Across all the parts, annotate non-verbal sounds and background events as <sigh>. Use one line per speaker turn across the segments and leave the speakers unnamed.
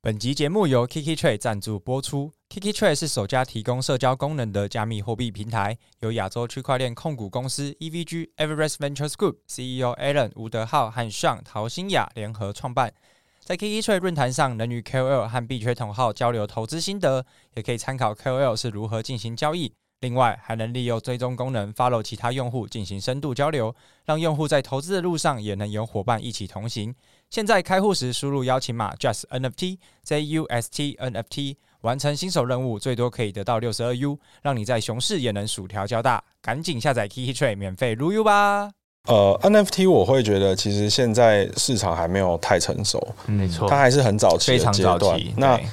本集节目由 Kiki Trade 赞助播出。Kiki Trade 是首家提供社交功能的加密货币平台，由亚洲区块链控股公司 EVG Everest Ventures Group CEO Alan 吴德浩和上陶新雅联合创办。在 Kiki Trade 论坛上，能与 KOL 和币圈同号交流投资心得，也可以参考 KOL 是如何进行交易。另外，还能利用追踪功能 follow 其他用户进行深度交流，让用户在投资的路上也能有伙伴一起同行。现在开户时输入邀请码 just NFT J U S T N F T，完成新手任务最多可以得到六十二 U，让你在熊市也能薯条交大。赶紧下载 Kiki Trade 免费撸 U 吧！
呃，NFT 我会觉得其实现在市场还没有太成熟，
没错
它，还是很早期
哦非
的
常
阶
早
段
期。。
那
对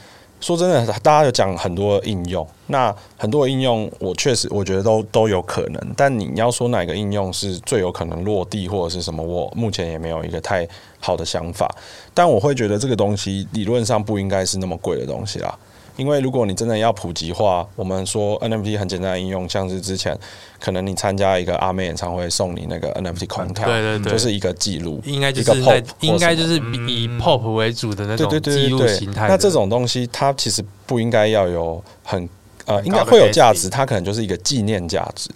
说真的，大家有讲很多的应用，那很多的应用我确实我觉得都都有可能，但你要说哪个应用是最有可能落地或者是什么，我目前也没有一个太好的想法。但我会觉得这个东西理论上不应该是那么贵的东西啦。因为如果你真的要普及化，我们说 NFT 很简单的应用，像是之前可能你参加一个阿妹演唱会送你那个 NFT 空调，
对对对
就是一个记录，
应该就
一
是
个
在
pop 或
应该
什么
就是
嗯
以 pop 为主的那
对
种
对
记
对
录
对
形
对，
态的。
那这种东西它其实不应该要有很呃，
很
应该
高的
会有
base
价
fee
值，它可能就是一个纪念价值，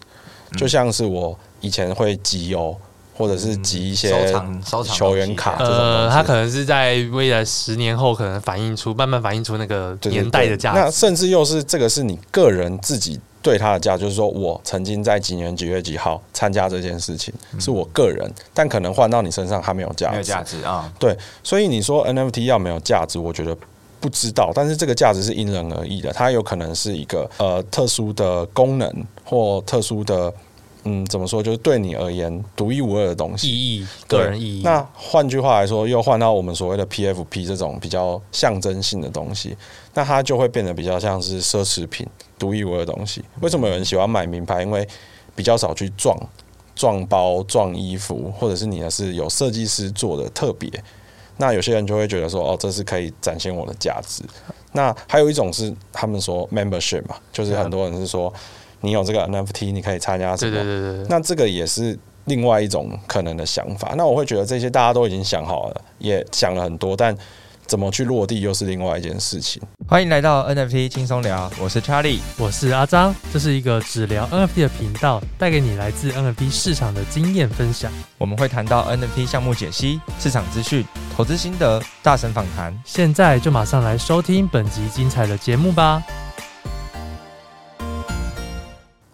嗯
就像是我以前会集邮，或者
嗯
是集一
收
些
藏收藏
球员卡
东
这
西
种东
呃，
西
它可能是在未来十年后，可能反映出慢慢反映出那个
对对
年代的
对
价
那
值。
甚至又是这个是你个人自己对它的价，值，就是说我曾经在几年几月几号参加这件事情，
嗯
是我个人，但可能换到你身上它没有价
没有
值
价。值啊，
所以你说 NFT 要没有价值，我觉得不知道，但是这个价值是因人而异的，它有可能是一个呃特殊的功能或特殊的嗯怎么说，就是对你而言独一无二的东
意
西。
义，
对
个人意义。
那换句话来说，又换到我们所谓的 PFP 这种比较象征性的东西，那它就会变得比较像是奢侈品、独一无二的东西。为什么有人喜欢买名牌？因为比较少去撞撞包、撞衣服，或者是你的是有设计师做的特别。那有些人就会觉得说，哦，这是可以展现我的价值。那还有一种是他们说 membership 嘛，就是很多人是说，你有这个 NFT，你可以参加什
对
么
对对对对。
那这个也是另外一种可能的想法。那我会觉得这些大家都已经想好了，也想了很多，但怎么去落地又是另外一件事情。
欢迎来到 NFT 轻松聊，我是 Charlie。
我是阿张，这是一个只聊 NFT 的频道，带给你来自 NFT 市场的经验分享。
我们会谈到 NFT 项目解析、市场资讯、投资心得、大神访谈。
现在就马上来收听本集精彩的节目吧。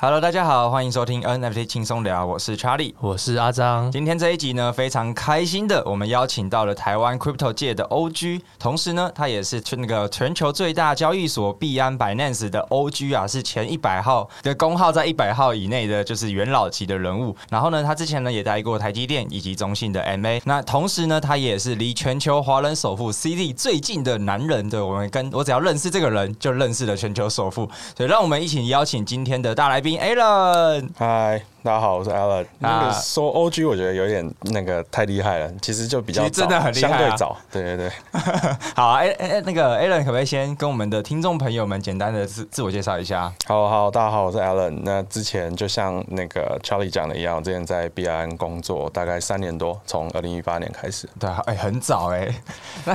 Hello，大家好，欢迎收听 NFT 轻松聊，我是 Charlie。
我是阿张，
今天这一集呢，非常开心的，我们邀请到了台湾 crypto 界的 OG，同时呢，他也是那个全球最大交易所币安 Binance 的 OG 啊，是前一百号的工号在一百号以内的，就是元老级的人物。然后呢，他之前呢也待过台积电以及中信的 MA，那同时呢，他也是离全球华人首富 CD 最近的男人的。我们跟我只要认识这个人，就认识了全球首富。所以让我们一起邀请今天的大来宾 Alan。
嗨，大家好，我是 Alan。那
啊
个说 OG，我觉得有点那个太厉害了，其实就比较
其实真
早
的很厉害啊
相对早。对对对，
好啊，哎、哎、哎那个 Alan 可不可以先跟我们的听众朋友们简单的自自我介绍一下？
好好，大家好，我是 Alan。那之前就像那个 Charlie 讲的一样，我之前在币安工作大概三年多，从二零一八年开始，
对啊，哎、很早哎、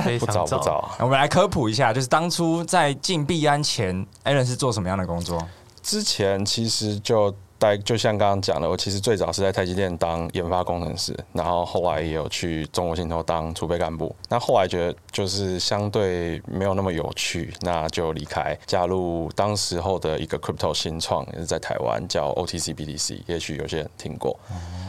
非
不早
常
不啊早。
我们来科普一下，就是当初在进币安前，Alan 是做什么样的工作？
之前其实就待，就像刚刚讲的，我其实最早是在台积电当研发工程师，然后后来也有去中国信托当储备干部。那后来觉得就是相对没有那么有趣，那就离开，加入当时候的一个 crypto 新创，也是在台湾叫 OTC BTC，也许有些人听过。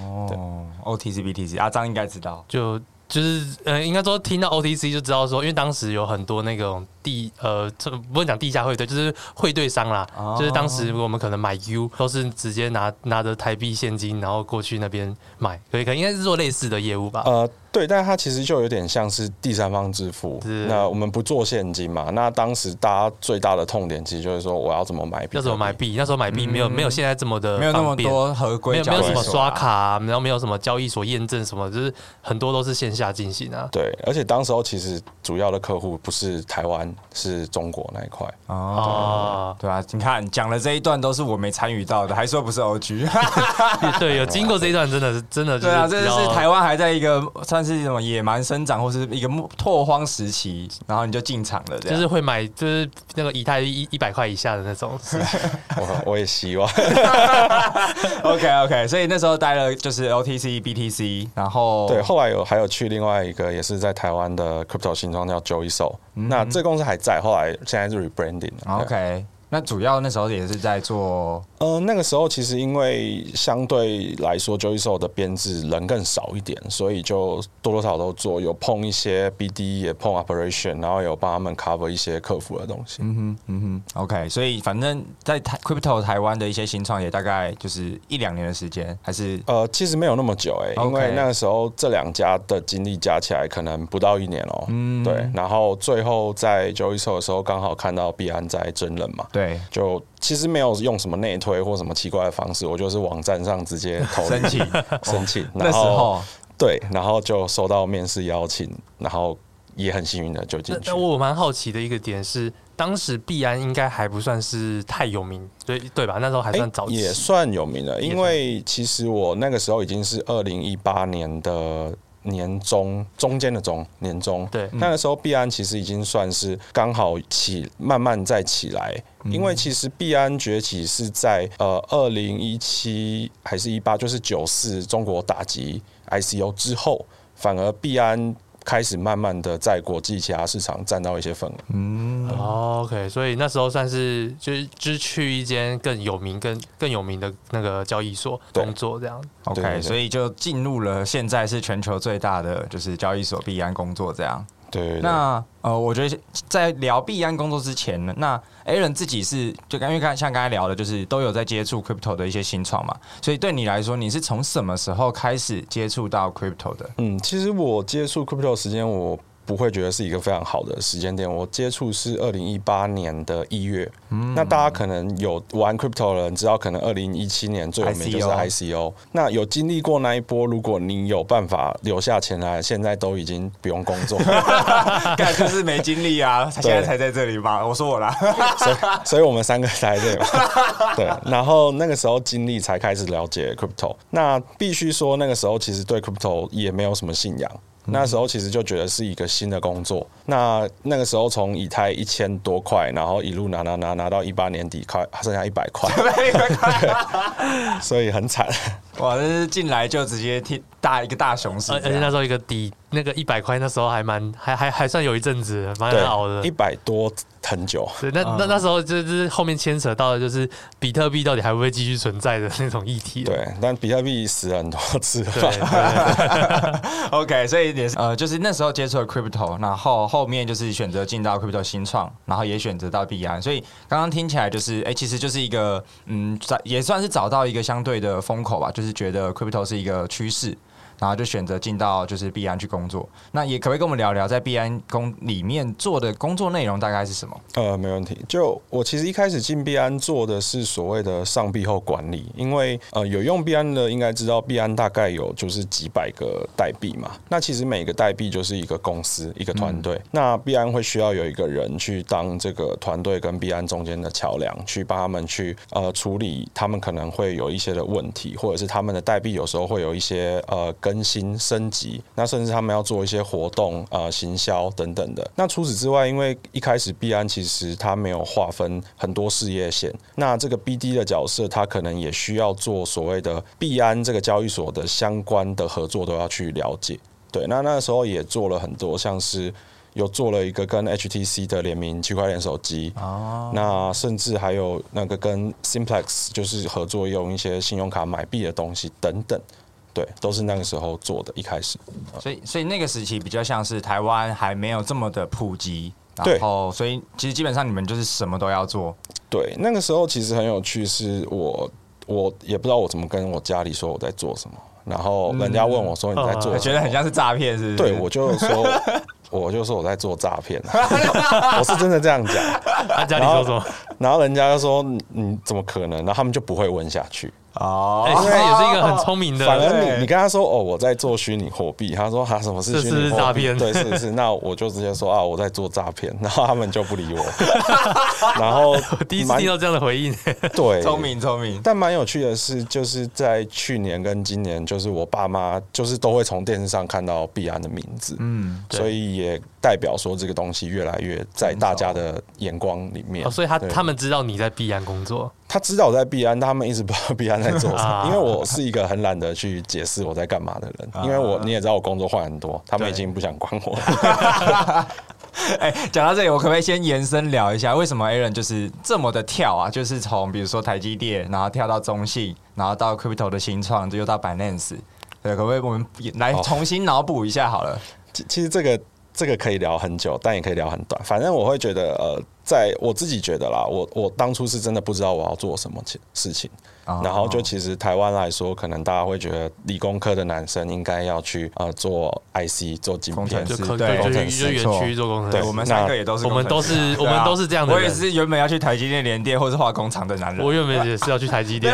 哦，OTC BTC，阿张应该知道。
就就是呃，应该说听到 OTC 就知道说，因为当时有很多那种地呃，这个不能讲地下汇兑，就是汇兑商啦。
哦
就是当时我们可能买 U 都是直接拿拿着台币现金，然后过去那边买，所以可能应该是做类似的业务吧。
呃，对，但它其实就有点像是第三方支付
是。
那我们不做现金嘛？那当时大家最大的痛点其实就是说，我要怎么买比特币？
要怎么买币？那时候买币没有、没有现在这么的
嗯没有那么
方便
多合
没
规
有
交
没
易所啊，
有什么刷卡、然后没有什么交易所验证什么，就是很多都是线下进行啊。
对，而且当时候其实主要的客户不是台湾，是中国那一块。
哦。
哦，
对啊，你看讲了这一段都是我没参与到的，还说不
<laughs>
是 OG。
<laughs>
对，有经过这一段，真的是真的就是
对啊，这
比
就
较
是台湾还在一个算是什么野蛮生长，或是一个木拓荒时期，然后你就进场了，这
啊
就
样。
是会买，就是那个以太一一百块以下的
<laughs>
那种，
我我也希望
OK OK，所以那时候待了就是 OTC、BTC，然后
对。后来有还有去另外一个也是在台湾的 crypto 新创叫 Joy Soul，、那这公司还在，后来现在是 rebranding
啊
了。对
OK，那主要那时候也是在做
呃，那个时候其实因为相对来说 j o y s o 的编制人更少一点，所以就多多少少都做，有碰一些 BD，也碰 operation，然后有帮他们 cover 一些客服的东西。
嗯哼，嗯哼，OK，所以反正在台 Crypto 台湾的一些新创也大概就是一两年的时间，还是
呃，其实没有那么久哎、
OK
因为那个时候这两家的经历加起来可能不到一年哦、
嗯
对，然后最后在 j o y s o 的时候，刚好看到币安在真人嘛，
对
就其实没有用什么内推或什么奇怪的方式，我就是网站上直接投
申
<laughs>
请
申请，
哦那
然
时
后
候
对，然后就收到面试邀请，然后也很幸运的就进
那
去
那。我蛮好奇的一个点是，当时币安应该还不算是太有名，对对吧？那时候还
诶
算早期，
哎也算有名了，因为其实我那个时候已经是二零一八年的年中中间的中年中，
对
那个时候币安其实已经算是刚好起，慢慢再起来。因为其实币安崛起是在呃二零一七还是一八，就是九四中国打击 ICO 之后，反而币安开始慢慢的在国际其他市场占到一些份额。
嗯
哦，OK，所以那时候算是就是就是去一间更有名、更更有名的那个交易所
对
工作这样。
OK，
对对对
所以就进入了现在是全球最大的就是交易所币安工作这样。
对对对
那呃，我觉得在聊币安工作之前呢，那 Aaron 自己是就刚因为刚像刚才聊的，就是都有在接触 crypto 的一些新创嘛，所以对你来说，你是从什么时候开始接触到 crypto 的？
嗯，其实我接触 crypto 的时间，我不会觉得是一个非常好的时间点。我接触是二零一八年的一月，那大家可能有玩 crypto 的人知道，可能二零一七年最有名就是
ICO
ICO。那有经历过那一波，如果你有办法留下钱来，现在都已经不用工作，
干就是没精力啊，现在才在这里吧？我说我啦， <laughs>
所以
<laughs>
所以我们三个才在这里嘛。对，然后那个时候经历才开始了解 crypto。那必须说，那个时候其实对 crypto 也没有什么信仰。
嗯
那时候其实就觉得是一个新的工作。那那个时候从以太一千多块，然后一路拿拿拿拿到一八年底快剩下一百块，所以很惨。
哇，这是进来就直接踢大一个大熊市
而而
这
且那
样，
时候一个底那个一百块，那时候还蛮还还还算有一阵子蛮
对
难熬的，
一。百多很久。
对，那那那时候就是后面牵扯到的就是比特币到底还会不会继续存在的那种议题。
对，但比特币死了很多次了。
对对
<laughs> OK，所以也是呃，就是那时候接触了 crypto，然后后面就是选择进到 crypto 新创，然后也选择到币安，所以刚刚听起来就是，哎、其实就是一个嗯，找也算是找到一个相对的风口吧，就是觉得 crypto 是一个趋势。然后就选择进到就是币安去工作，那也可不可以跟我们聊聊在币安工里面做的工作内容大概是什么？
呃，没问题。就我其实一开始进币安做的是所谓的上币后管理，因为呃有用币安的应该知道，币安大概有就是几百个代币嘛。那其实每个代币就是一个公司一个团队，那币安会需要有一个人去当这个团队跟币安中间的桥梁，去帮他们去呃处理他们可能会有一些的问题，或者是他们的代币有时候会有一些呃更新升级，那甚至他们要做一些活动呃行销等等的。那除此之外，因为一开始币安其实它没有划分很多事业线，那这个 BD 的角色，它可能也需要做所谓的币安这个交易所的相关的合作都要去了解。对，那那时候也做了很多，像是有做了一个跟 HTC 的联名区块链手机，
哦
那甚至还有那个跟 Simplex 就是合作用一些信用卡买币的东西等等，对，都是那个时候做的。一开始，
所以，所以那个时期比较像是台湾还没有这么的普及，然
对
后，所以其实基本上你们就是什么都要做，
对，那个时候其实很有趣，是我我也不知道我怎么跟我家里说我在做什么，然后人家问我说你在做什
嗯哎
么，
觉得很像是诈骗，是不是？
对我就说
<laughs>
我就说我在做诈骗，我是真的这样讲。
对，啊，家里说什么？
嗯然后人家就说你你怎么可能？然后他们就不会问下去。<laughs>
哎，
哦
其实也是一个很聪明的，
<laughs> 反而
对
你你跟他说哦，我在做虚拟货币，他说他什么是
这
虚
是
拟货币
诈骗
对，是是，那我就直接说啊，我在做诈骗，然后他们就不理我，
<laughs>
然后
我第一次
蛮
听到这样的回应，
对
<laughs> 聪明聪明，
但蛮有趣的是，就是在去年跟今年，就是我爸妈就是都会从电视上看到币安的名字，
嗯，
对
所以也代表说这个东西越来越在大家的眼光里面。
哦，所以他
对
他们知道你在币安工作，
他知道我在币安，但他们一直不知道币安在做什
啊
么，因为我是一个很懒得去解释我在干嘛的
啊
人，因为我你也知道我工作换很多，他们已经不想管我了。
哎、讲到这里，我可不可以先延伸聊一下，为什么 Aaron 就是这么的跳啊？就是从比如说台积电，然后跳到中信，然后到 Crypto 的新创，又到 Binance，对，可不可以我们也来
哦
重新脑补一下好了？
<laughs> 其其实这个这个可以聊很久，但也可以聊很短。反正我会觉得，呃，在我自己觉得啦，我我当初是真的不知道我要做什么其事情，
哦
然后就其实台湾来说，可能大家会觉得理工科的男生应该要去呃做 IC 做晶
工程
片
师，
就
对
可
对
就
工
就
程
就
师
园区做工程
对
我
师。
们三
那
个也都是
我们
工
都
程师
是我
对啊
们都是这样的人
我也是原本要去台积电联电或是化工厂的男人，
我原本也是要去台积电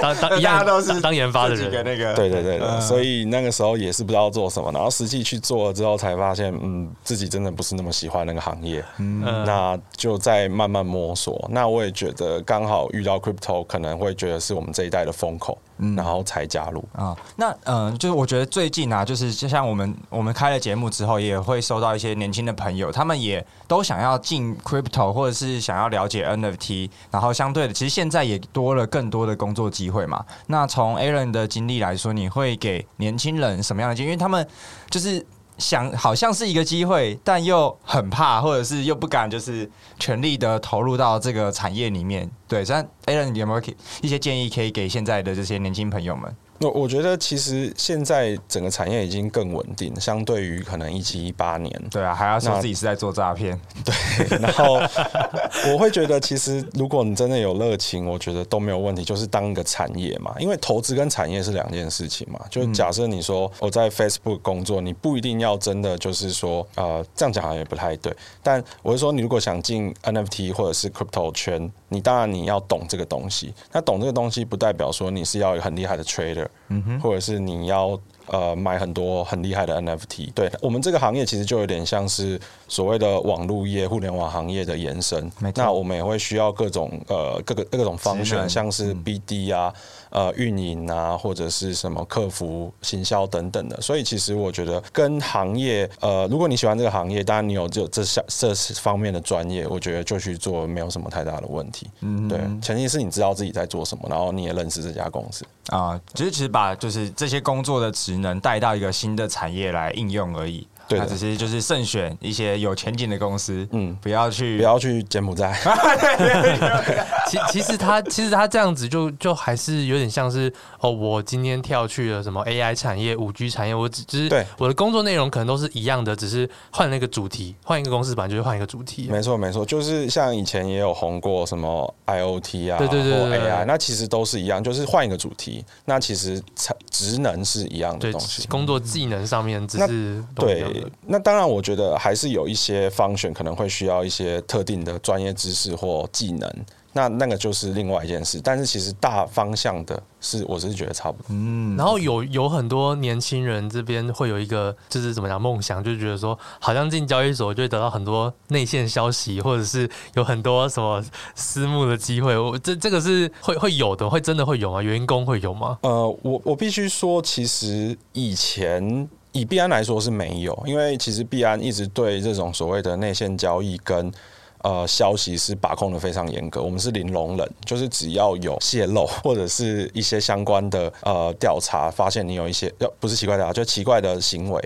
当当一
大
样
家都是
当当研发的
自己
人，
那
<laughs>
个
对对对对，
嗯
所以那个时候也是不知道做什么，然后实际去做了之后才发现，嗯，自己真的不是那么喜欢那个行业，
嗯
那就再慢慢摸索。那我也觉得刚好遇到 crypto，可能会觉得是我们这一代的风口，然后才加入。
啊、那嗯、呃就是我觉得最近啊，就是就像我们我们开了节目之后，也会收到一些年轻的朋友，他们也都想要进 crypto，或者是想要了解 NFT，然后相对的，其实现在也多了更多的工作机会嘛。那从 Aaron 的经历来说，你会给年轻人什么样的建议？因为他们就是想好像是一个机会，但又很怕，或者是又不敢，就是全力的投入到这个产业里面。对，但 Aaron 有没有给一些建议可以给现在的这些年轻朋友们？
那我觉得其实现在整个产业已经更稳定，相对于可能一七一八年，
对啊，还要说
那
自己是在做诈骗，
<laughs> 然后我会觉得，其实如果你真的有热情，我觉得都没有问题。就是当一个产业嘛，因为投资跟产业是两件事情嘛。就假设你说我在 Facebook 工作，你不一定要真的就是说，呃，这样讲好像也不太对。但我是说，你如果想进 NFT 或者是 crypto 圈，你当然你要懂这个东西。那懂这个东西，不代表说你是要有很厉害的 trader，或者是你要呃买很多很厉害的 NFT。对我们这个行业其实就有点像是所谓的网络业、互联网行业的延伸
没。错
那我们也会需要各种呃各个各种方
职能嗯
选，像是 BD 啊、呃运营啊，或者是什么客服、行销等等的。所以其实我觉得跟行业呃，如果你喜欢这个行业，当然你有这这项这方面的专业，我觉得就去做没有什么太大的问题。嗯，对，前提是你知道自己在做什么，然后你也认识这家公司。
啊，只是只是把就是这些工作的职能带到一个新的产业来应用而已。
对的
那只是就是慎选一些有前景的公司，嗯
嗯，
不要去
不要去柬埔寨。
其其实他其实他这样子就就还是有点像是哦，我今天跳去了什么 AI 产业、五 G 产业，我只只是
对
我的工作内容可能都是一样的，只是换了一个主题，换一个公司版就是换一个主题。
没错，没错，就是像以前也有红过什么 IOT 啊，
对对对对对
或
对
AI，那其实都是一样，就是换一个主题，那其实产职能是一样的
对
东西，。
工作技能上面只
那
是都一样
对
的，
那当然，我觉得还是有一些方选可能会需要一些特定的专业知识或技能，那那个就是另外一件事。但是其实大方向的是，我是觉得差不多。
嗯，
然后有有很多年轻人这边会有一个就是怎么讲梦想，就觉得说好像进交易所就会得到很多内线消息，或者是有很多什么私募的机会。我这这个是会会有的，会真的会有吗？员工会有吗？
呃，我我必须说，其实以前以币安来说是没有，因为其实币安一直对这种所谓的内线交易跟呃消息是把控的非常严格，我们是零容忍，就是只要有泄露或者是一些相关的呃调查，发现你有一些呃不是奇怪的啊，就奇怪的行为，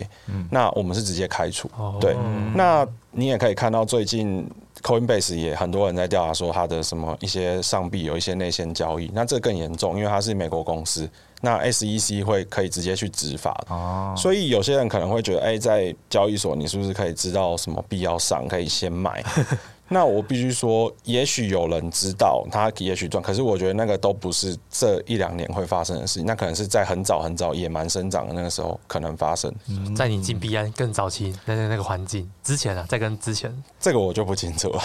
那我们是直接开除。
哦
对，那你也可以看到最近 Coinbase 也很多人在调查说它的什么一些上币有一些内线交易，那这更严重，因为它是美国公司，那 SEC 会可以直接去执法的。
哦，
所以有些人可能会觉得，哎、在交易所你是不是可以知道什么币要上，可以先买？那我必须说，也许有人知道他也许赚，可是我觉得那个都不是这一两年会发生的事情，那可能是在很早很早野蛮生长的那个时候可能发生。
嗯
在你进币安更早期那那那个环境之前啊，在跟之前，
这个我就不清楚了。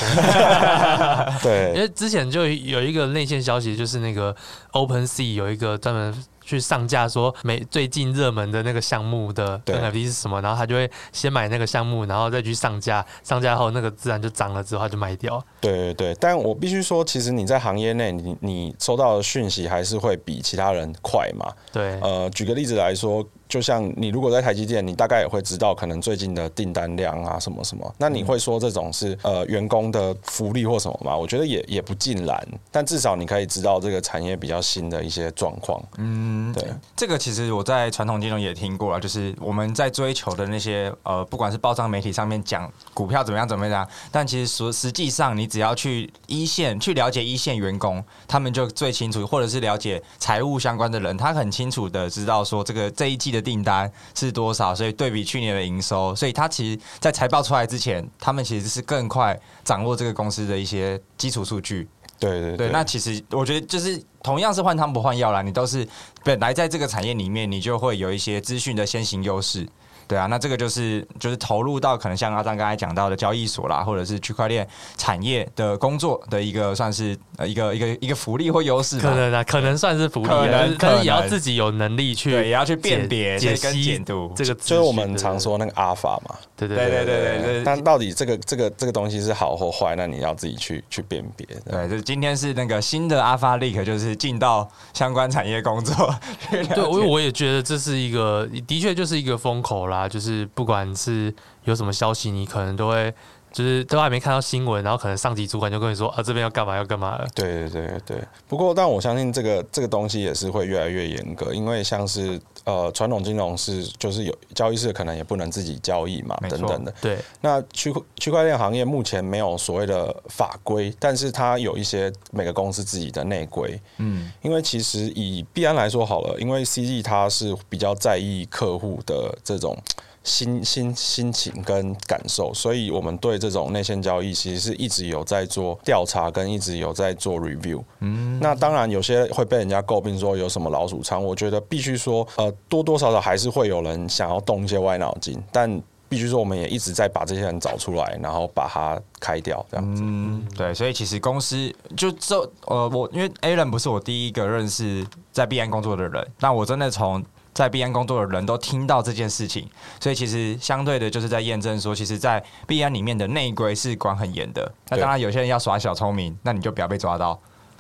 因
对，
为之前就有一个内线消息，就是那个 Open Sea 有一个专门去上架说每最近热门的那个项目的
对
NFT 是什么，然后他就会先买那个项目，然后再去上架，上架后那个自然就涨了之后他就卖掉。
对对对。但我必须说，其实你在行业内，你你收到的讯息还是会比其他人快嘛。
对，
哦
呃，举个例子来说，就像你如果在台积电，你大概也会知道可能最近的订单量啊什么什么。那你会说这种是呃员工的福利或什么吗？我觉得也也不尽然，但至少你可以知道这个产业比较新的一些状况。
嗯，
对，
这个其实我在传统金融也听过了，就是我们在追求的那些呃，不管是报章媒体上面讲股票怎么样怎么样，但其实说实际上你只要去一线去了解一线员工，他们就最清楚，或者是了解财务相关的人，他很清楚的知道说这个这一季的订单是多少，所以对比去年的营收，所以他其实在财报出来之前，他们其实是更快掌握这个公司的一些基础数据。
对对
对，那其实我觉得就是同样是换汤不换药啦，你都是本来在这个产业里面，你就会有一些资讯的先行优势。对啊，那这个就是就是投入到可能像阿张刚才讲到的交易所啦，或者是区块链产业的工作的一个算是呃一个一个一个福利或优势吧，
可能啊，可能算是福利、
可
啊，
能
但是但
可
是也要
能
自己有能力去
对，也要去辨别
解
跟
析
解读。
这个资
就
讯，
是我们
对
常，说那个阿法嘛，
对对
对对
对
对对对，
但到底这个这个这个东西是好或坏，那你要自己去去辨别。
对，就是今天是那个新的 Alpha Leak，就是进到相关产业工作。
对，我我也觉得这是一个，的确就是一个风口啦，就是不管是有什么消息，你可能都会。就是都还没看到新闻，然后可能上级主管就跟你说啊，这边要干嘛要干嘛了。
对对对对，不过但我相信这个这个东西也是会越来越严格，因为像是呃传统金融是就是有交易室可能也不能自己交易嘛
没错
等等的。
对，
那区块区块链行业目前没有所谓的法规，但是它有一些每个公司自己的内规。
嗯，
因为其实以币安来说好了，因为 CG 它是比较在意客户的这种心心心情跟感受，所以我们对这种内线交易其实是一直有在做调查，跟一直有在做 review。嗯，那当然有些会被人家诟病说有什么老鼠仓，我觉得必须说，呃，多多少少还是会有人想要动一些歪脑筋，但。必须说，我们也一直在把这些人找出来，然后把它开掉，这样子。
嗯，对，所以其实公司就这呃，我因为 Alan 不是我第一个认识在币安工作的人，那我真的从在币安工作的人都听到这件事情，所以其实相对的就是在验证说，其实，在币安里面的内规是管很严的。那
对
当然，有些人要耍小聪明，那你就不要被抓到，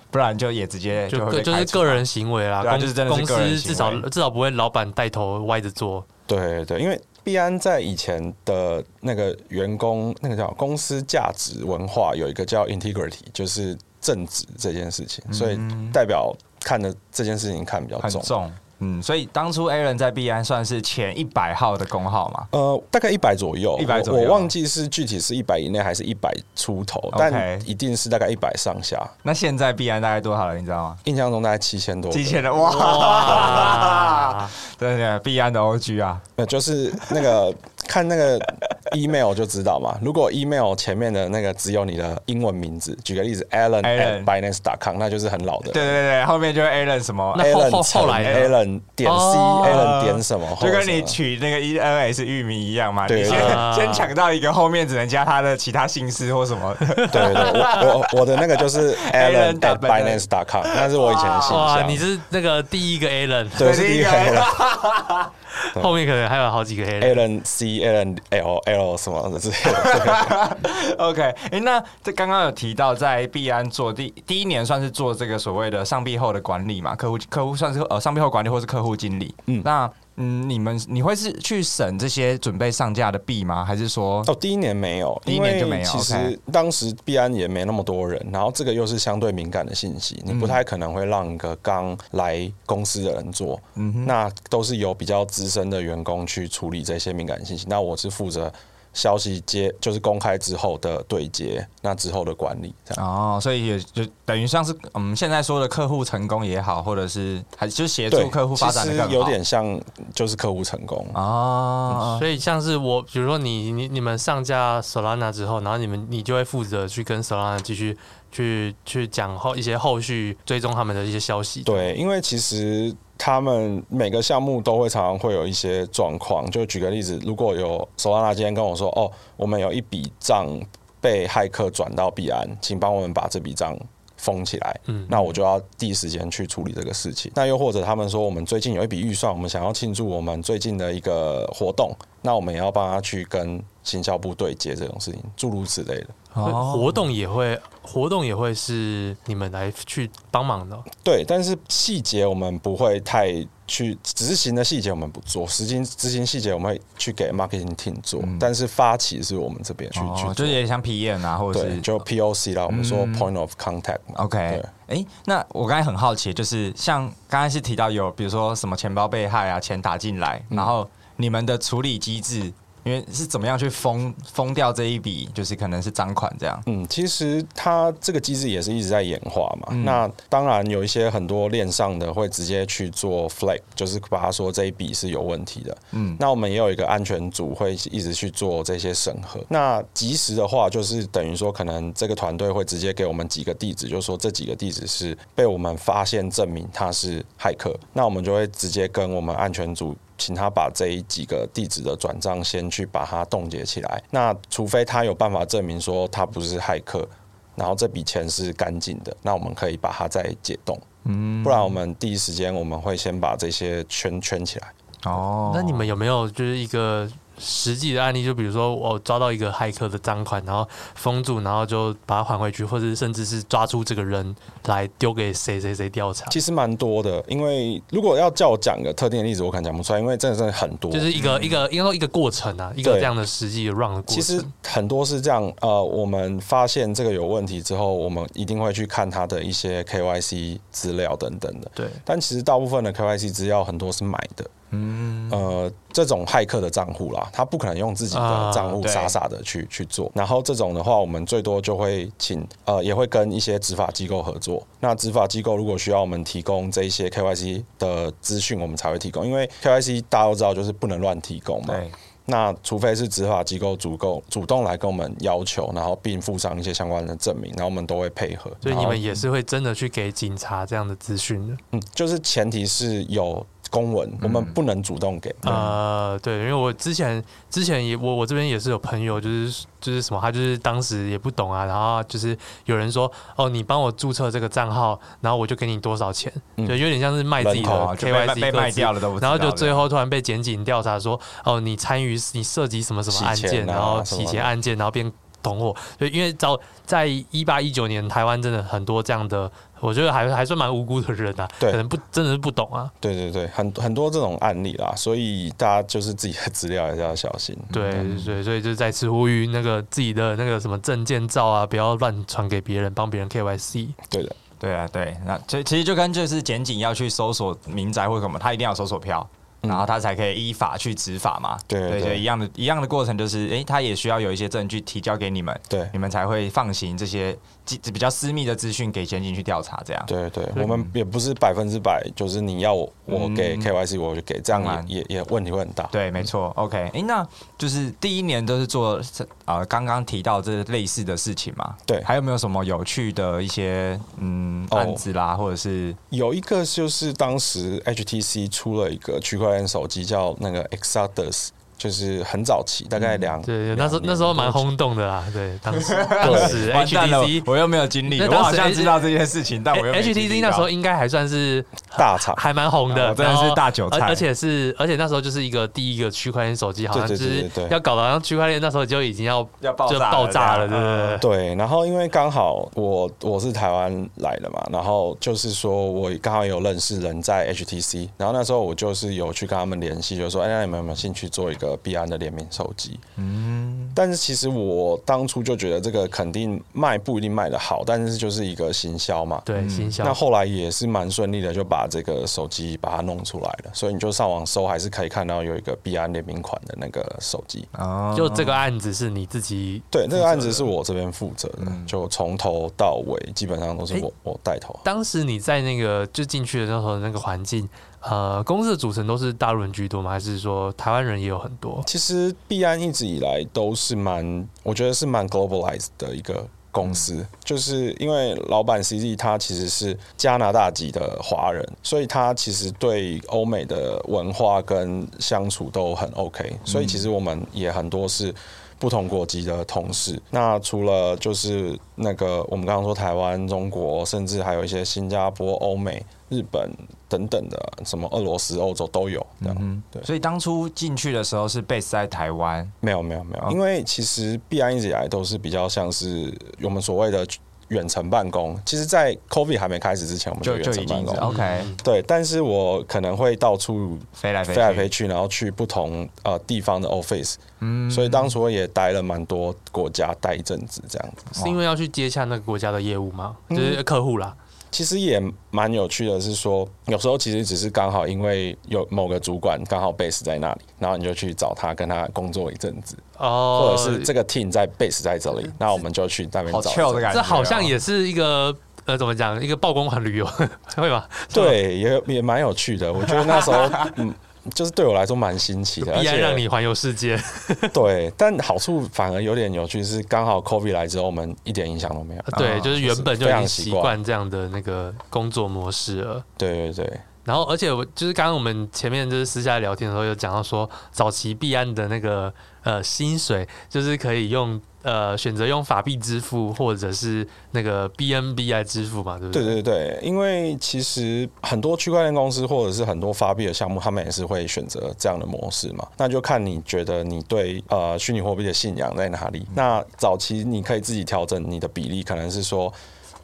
不然就也直接
就
会
个
被
就是
开除
个人行为啦，
对啊
公
就是真的是
公
个人行
司至少
为
至少不会老板带头歪
<laughs>
着做。
对对，因为币安在以前的那个员工那个叫公司价值文化有一个叫 integrity，就是正直这件事情，所以代表看的这件事情看比较
嗯很
重。
重。嗯，所以当初 Alan 在币安算是前一百号的工号嘛。
呃，大概一百左右，
100左
我
右
我忘记是具体是一百以内还是一百出头
OK
但一定是大概一百上下。
那现在币安大概多少了？你知道吗？
印象中大概七千多个，
提前的
啊
<laughs> 哇！
哇，
对对，必安的 OG 啊，
呃，就是那个看那个 email 就知道嘛。如果 email 前面的那个只有你的英文名字，举个例子，Alan
Alan
at Binance.com，那就是很老的。
对对对，后面就是 Alan 什么，哎
那后
Alan
后
乘
后来呢
Alan 点 C
哦
Alan 点什么，
就跟
或者什
你
么
取那个 E ENS 域名一样嘛，
对
你先 <laughs>
啊
先抢到一个，后面只能加他的其他姓氏或什么。
对对，对我我我的那个就是
<laughs>
Alan
Alan
at
大本
Binance.com，那是我以前的信
哇，
箱。
你是那个第一个 Alan，
对是 E 第一
<laughs>
个 Alan
后面可能还有好几个
哎
Alan。
Alan C Alan L L 什么的之类的。
OK，哎、那这刚刚有提到在币安做第第一年算是做这个所谓的上币后的管理嘛，客户客户算是呃上币后管理或是客户经理。嗯，那嗯，你们你会是去审这些准备上架的币吗？还是说
哦，第一年没有，
第一
因
年
为
就没有
其实
OK
当时币安也没那么多人，然后这个又是相对敏感的信息，你
嗯
不太可能会让一个刚来公司的人做，
嗯
那都是由比较资深的员工去处理这些敏感信息。那我是负责。消息接就是公开之后的对接，那之后的管理这样。
哦，所以也就等于像是我们现在说的客户成功也好，或者是还就是协
对
助，客户发展的
其
更
实
好，
有点像就是客户成功，
哦，
啊所以像是我，比如说你你你们上架 Solana 之后，然后你们你就会负责去跟 Solana 继续去去讲后一些后续追踪他们的一些消息。
对，因为其实他们每个项目都会常常会有一些状况。就举个例子，如果有索拉纳今天跟我说：“哦，我们有一笔账被骇客转到币安，请帮我们把这笔账。”封起来，
嗯
那我就要第一时间去处理这个事情。那又或者他们说，我们最近有一笔预算，我们想要庆祝我们最近的一个活动，那我们也要帮他去跟行销部对接这种事情，诸如此类的。
所以
哦
活动也会活动也会是你们来去帮忙的哦。
对，但是细节我们不会太去执行的细节我们不做，执行执行细节我们会去给 marketing team 做，
嗯
但是发起是我们这边去、
哦
去
就
做
是。也像皮验啊，或者
对，
是嗯
就 POC 啦，我们说 point of contact 嘛。
OK，哎、那我刚才很好奇，就是像刚才是提到有，比如说什么钱包被害啊，钱打进来，然
嗯
后你们的处理机制，因为是怎么样去封封掉这一笔，就是可能是赃款这样。
嗯，其实它这个机制也是一直在演化嘛。
嗯
那当然有一些很多链上的会直接去做 flag，就是把它说这一笔是有问题的。
嗯，
那我们也有一个安全组会一直去做这些审核。那及时的话，就是等于说，可能这个团队会直接给我们几个地址，就说这几个地址是被我们发现证明他是骇客，那我们就会直接跟我们安全组。请他把这一几个地址的转账先去把它冻结起来。那除非他有办法证明说他不是骇客，然后这笔钱是干净的，那我们可以把它再解冻。嗯，不然我们第一时间我们会先把这些圈圈起来。
哦
那你们有没有就是一个实际的案例？就比如说我抓到一个骇客的赃款，然后封住，然后就把它还回去，或者甚至是抓住这个人来丢给谁谁谁调查，
其实蛮多的，因为如果要叫我讲个特定的例子，我可能讲不出来，因为真的真的很多。
就是一个一个应该说一个过程啊，一个
对
这样的实际的 run 的过程。
其实很多是这样，呃，我们发现这个有问题之后，我们一定会去看它的一些 KYC 资料等等的。
对，
但其实大部分的 KYC 资料很多是买的，嗯，呃，这种骇客的账户啦，他不可能用自己的账
啊
户
对
傻傻的去、去做。然后这种的话，我们最多就会请呃，也会跟一些执法机构合作。那执法机构如果需要我们提供这一些 KYC 的资讯，我们才会提供，因为 KYC 大家都知道就是不能乱提供嘛。
对，
那除非是执法机构足够主动来跟我们要求，然后并附上一些相关的证明，然后我们都会配合。
所以你
然后
们也是会真的去给警察这样的资讯的。
嗯，就是前提是有公文，我
嗯
们不能主动给。
呃，对，因为我之前之前也我我这边也是有朋友，就是就是什么，他就是当时也不懂啊，然后就是有人说，哦，你帮我注册这个账号，然后我就给你多少钱，
嗯
对，有点像是卖自己的
人头
哦，就被
KYC
被卖掉
了。
了都不知
然
道
后就最后突然被检警调查说，哦，你参与你涉及什么什么案
洗钱
件，
啊
然后
什么
洗钱
的
案件，然后变同伙。对，因为早在一八一九年，台湾真的很多这样的，我觉得还还算蛮无辜的人啊，
对
可能不真的是不懂啊。
对对对，很很多这种案例啦，所以大家就是自己的资料也是要小心。
嗯
对对，所以就再次呼吁那个自己的那个什么证件照啊，不要乱传给别人，帮别人 KYC。
对的，
对啊，对，那其其实就跟就是检警要去搜索民宅或什么，他一定要搜索票。
嗯
然后他才可以依法去执法嘛，
对对
所以一样的一样的过程就是，诶，他也需要有一些证据提交给你们，
对
你们才会放行这些机比较私密的资讯给检警去调查，这样。
对对，我们也不是百分之百，就是你要我我给 KYC 我就给，
嗯
这
当
样
然
也也也问题会很大。
对，没错。OK，诶，那就是第一年都是做呃刚刚提到这类似的事情嘛。
对
还有没有什么有趣的一些嗯
哦
案子啦，或者是
有一个就是当时 HTC 出了一个区块链手机叫那个 Exodus，就是很早期，大概两、
对，那时候那时候蛮轰动的啦，对，当
<laughs>
时当时
完蛋了
HTC
我又没有经历，
那
我
当时
好像知道这件事情，但我又没经
HTC
历到
那时候应该还算是
大厂。
还蛮红的，
啊我真的是大韭菜
然后而而且是而且那时候就是一个第一个区块链手机，好像
对
就
对对
是
对对
要搞到像区块链那时候就已经要
要爆
就
炸
爆炸了，
这
对
样
对对。
对，然后因为刚好我我是台湾来的嘛，然后就是说我刚好有认识人在 HTC，然后那时候我就是有去跟他们联系，就说哎，那你们有没有兴趣做一个币安的联名手机。
嗯，
但是其实我当初就觉得这个肯定卖不一定卖得好，但是就是一个行销嘛。
对，
嗯
行销
那后来也是蛮顺利的，就把这个手机把它弄出来了，所以你就上网搜，还是可以看到有一个币安联名款的那个手机。
哦
就
嗯
这个案子是你自己
对，这个案子是我这边负责的，
嗯
就从头到尾基本上都是我、我带头。
当时你在那个就进去的那时候那个环境，呃，公司的组成都是大陆人居多吗？还是说台湾人也有很多？
其实币安一直以来都是蛮，我觉得是蛮 globalized 的一个公司，就是因为老板 CZ 他其实是加拿大籍的华人，所以他其实对欧美的文化跟相处都很 OK，所以其实我们也很多是。不同国籍的同事，那除了就是那个我们刚刚说台湾、中国，甚至还有一些新加坡、欧美、日本等等的，什么俄罗斯、欧洲都有这样。
嗯
对
所以当初进去的时候是 base 在台湾，
没有没有没有，
哦
因为其实币安一直以来都是比较像是我们所谓的远程办公。其实，在 COVID 还没开始之前，我们就
就
远
就
程
已
办
经
公
是。OK
嗯
对，但是我可能会到处
飞来
飞来
飞
飞
去，
去，然后去不同呃地方的 office，、
嗯
所以当初我也待了蛮多国家，待一阵子这样子。
是因为要去接洽那个国家的业务吗？
嗯
就是客户啦，
其实也蛮有趣的，是说有时候其实只是刚好因为有某个主管刚好 base 在那里，然后你就去找他跟他工作一阵子，或
哦，
者是呃这个 team 在 base 在这里，那我们就去那边
好
找
chill 的感觉哦，
这好像也是一个呃，怎么讲？一个曝光款旅游 <laughs> 会吧？
对，也也蛮有趣的。我觉得那时候，嗯，就是对我来说蛮新奇的，而
必然让
且
你环游世界，
对，但好处反而有点有趣，是刚好 COVID 来之后，我们一点影响都没有。
对，就是原本就已
啊非常
经
习
习
惯
惯这样的那个工作模式了。
对对对，
然后，而且我就是刚刚我们前面就是私下聊天的时候有讲到说，早期币安的那个呃薪水就是可以用呃选择用法币支付或者是那个 BNB 来支付嘛，对不
对
对？
对对，因为其实很多区块链公司或者是很多发币的项目，他们也是会选择这样的模式嘛。那就看你觉得你对呃虚拟货币的信仰在哪里。那早期你可以自己调整你的比例，可能是说。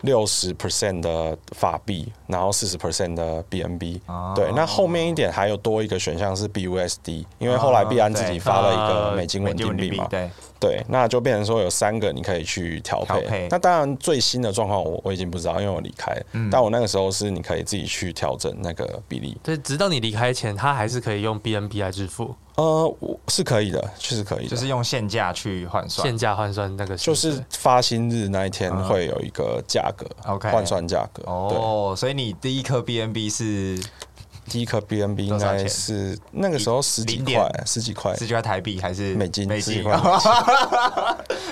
六十 percent 的法币，然后四十 percent 的 BNB，、
哦
对。那后面一点还有多一个选项是 BUSD，因为后来
哦
币安自
对
己发了一
呃
个美金
美
稳
金
定币嘛，
对，
对，那就变成说有三个你可以去调配。
调配嗯
那当然最新的状况我我已经不知道，因为我离开了。但我那个时候是你可以自己去调整那个比例。
对，直到你离开前，它还是可以用 BNB 来支付，
呃，我是可以的，确实可以的。
就是用现价去换算
现。价换算那个薪
就
水
是发薪日那一天会有一个价格
嗯 OK
换算价格。对，
哦，所以你第一颗 BNB 是
第一颗 BNB 应
多少钱
该是那个时候十几
零
块
点，
十几块
十。几块台币还是
美金
美
十几
<laughs> 金
块美，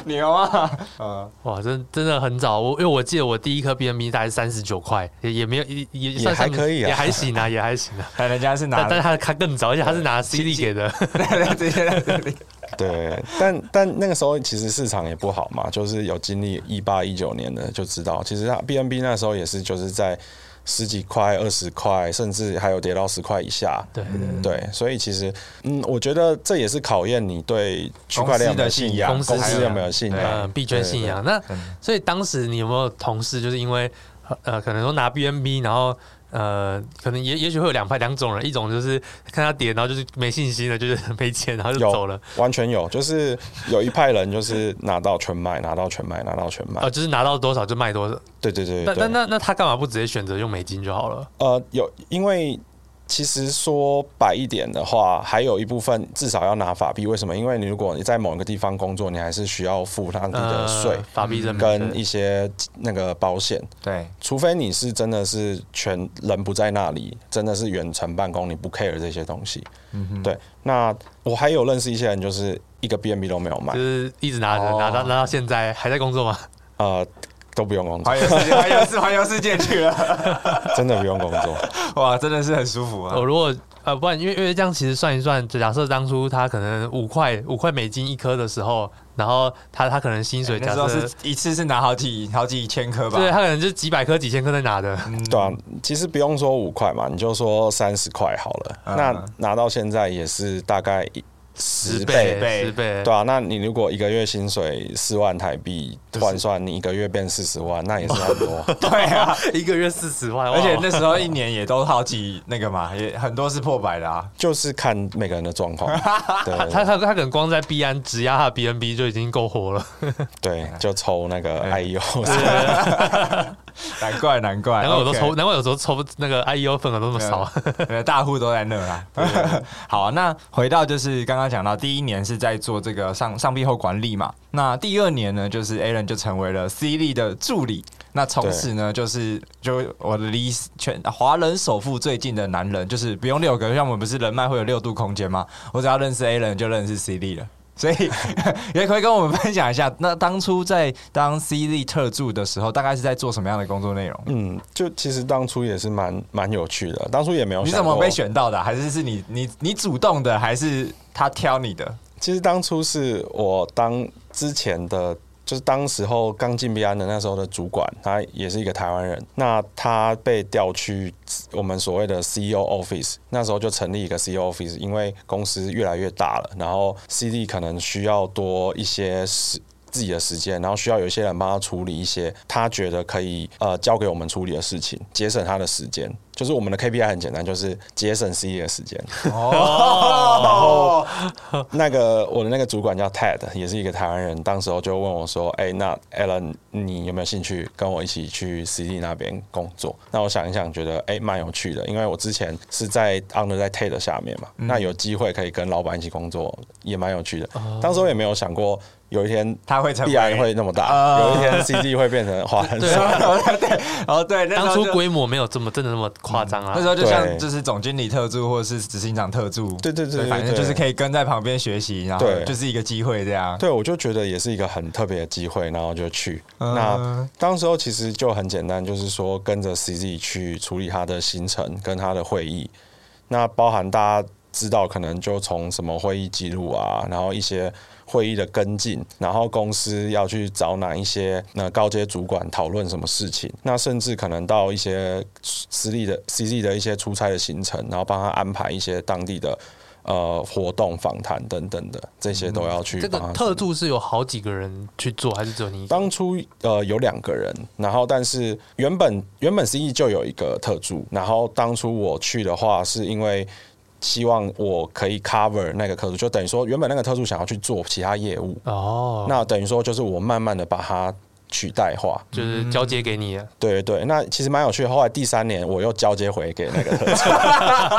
牛啊！
<laughs> 哇，真真的很早。我因为我记得我第一颗 BNB 大概三十九块，也也没有也也
也
算上
还可以啊
也还行啊， <laughs> 也还行啊。
但人家是拿
但但它它更早，而且它是拿 CD 给的，
<laughs> 这些在这里，
对，但但那个时候其实市场也不好嘛，就是有经历一八一九年的就知道，其实它 BNB 那时候也是就是在十几块、二十块，甚至还有跌到十块以下。
<laughs> 对对对。
对，所以其实，嗯，我觉得这也是考验你对区块链有没有信仰，公
公司的信仰
司有没有信
对
呃
仰，
币圈信仰。那所以当时你有没有同事就是因为呃，可能说拿 BNB，然后呃，可能也也许会有两派两种人，一种就是看他跌，然后就是没信心了，就是没钱，然后就
有
走了，
完全有，就是有一派人就是拿到全卖，拿到全卖，拿到全卖
呃，。就是拿到多少就卖多少。
对对对
那
对
那
对。
那那他干嘛不直接选择用美金就好了？
呃，有，因为其实说白一点的话，还有一部分至少要拿法币。为什么？因为你如果你在某一个地方工作，你还是需要付当地的税
呃、法币人民
跟
对
一些那个保险，
对，
除非你是真的是全人不在那里，真的是远程办公，你不 care 这些东西。对，那我还有认识一些人，就是一个 BNB 都没有买
就，是一直拿着，
哦
拿到拿到现在还在工作吗？
呃，都不用工作
环，游世界，环游世环游世界去了，
真的不用工作。
哇，真的是很舒服啊
我、！如果呃，不然因为因为这样其实算一算，就假设当初他可能五块五块美金一颗的时候，然后他他可能薪水
哎那
假
时候
设
是一次是拿好几好几千颗吧，嗯
对啊他可能就几百颗、几千颗在拿的，
对啊，其实不用说五块嘛，你就说三十块好了。
嗯
那拿到现在也是大概一十
倍
<laughs> 十倍，
对啊，那你如果一个月薪水四万台币
就是
换算，你一个月变四十万，那也是很多。
<laughs> <laughs> 对
<laughs>
啊，
一个月四十万，
而且
哇
那时候一年也都好几那个嘛，也很多是破百的啊。
就是看每个人的
<laughs>
状况。对
他他他可能光在币安质押他的 BNB 就已经够火了，
对，就抽那
嗯
个 E IEO，
难怪难怪，
难怪我都
哎 OK
抽，难怪有时候抽那个 IEO 份额都那么少。
<laughs> 对，啊大户都在那啦。好啊，那回到就是刚刚讲到，第一年是在做这个上上币后管理嘛，那第二年呢，就是 Alan 就成为了 C 利的助理。那从此呢，就是就我的离全华人首富最近的男人，就是不用六个，像我们不是人脉会有六度空间吗？我只要认识 Alan 就认识 C 利了。所以 <laughs> 也可以跟我们分享一下，那当初在当 C 利特助的时候，大概是在做什么样的工作内容？
<laughs> 嗯，就其实当初也是蛮蛮有趣的，当初也没有
你
想
怎么
过
被选到的啊、还是是你你你主动的，还是他挑你的？ <laughs>
其实当初是我当之前的，就是当时候刚进 B 安的那时候的主管，他也是一个台湾人。那他被调去我们所谓的 CEO office，那时候就成立一个 CEO office，因为公司越来越大了，然后 CD 可能需要多一些时自己的时间，然后需要有一些人帮他处理一些他觉得可以呃交给我们处理的事情，节省他的时间。就是我们的 KPI 很简单，就是节省 CD 的时间。
哦，
那个我的那个主管叫 Ted，也是一个台湾人，当时候就问我说：“哎、那 Alan，你有没有兴趣跟我一起去 CD 那边工作？”那我想一想，觉得哎蛮、有趣的，因为我之前是在 Under 在 Ted 下面嘛，
嗯
那有机会可以跟老板一起工作，也蛮有趣的。当时我也没有想过有一天
哦他会成为哦
必然会那么大，有一天 CD 会变成华人社。
<laughs> 对啊对，哦对，那时
<laughs> 当
候
初
就嗯
规模没有这么真的那么夸张啊
那时，候就像
对
就是总经理特助或者是执行长特助，
对对对对
反正
对
就是可以跟在旁边学习，然后
对
就是一个机会这样。
对，我就觉得也是一个很特别的机会，然后就去。
嗯
那当时候其实就很简单，就是说跟着 CZ 去处理他的行程跟他的会议，那包含大家知道可能就从什么会议记录啊，然后一些。会议的跟进，然后公司要去找哪一些那高阶主管讨论什么事情，那甚至可能到一些私立的 CZ 的一些出差的行程，然后帮他安排一些当地的呃活动、访谈等等的，这些都要去
嗯这个
帮他
特
处理
助是有好几个人去做，还是只有你一个？
当初呃有两个人，然后但是原本原本 CE 就有一个特助，然后当初我去的话是因为。希望我可以 cover 那个特助，就等于说原本那个特助想要去做其他业务，
哦，
那等于说就是我慢慢的把它取代化，
就是交接给你了。
对对对。那其实蛮有趣的，后来第三年我又交接回给那个特助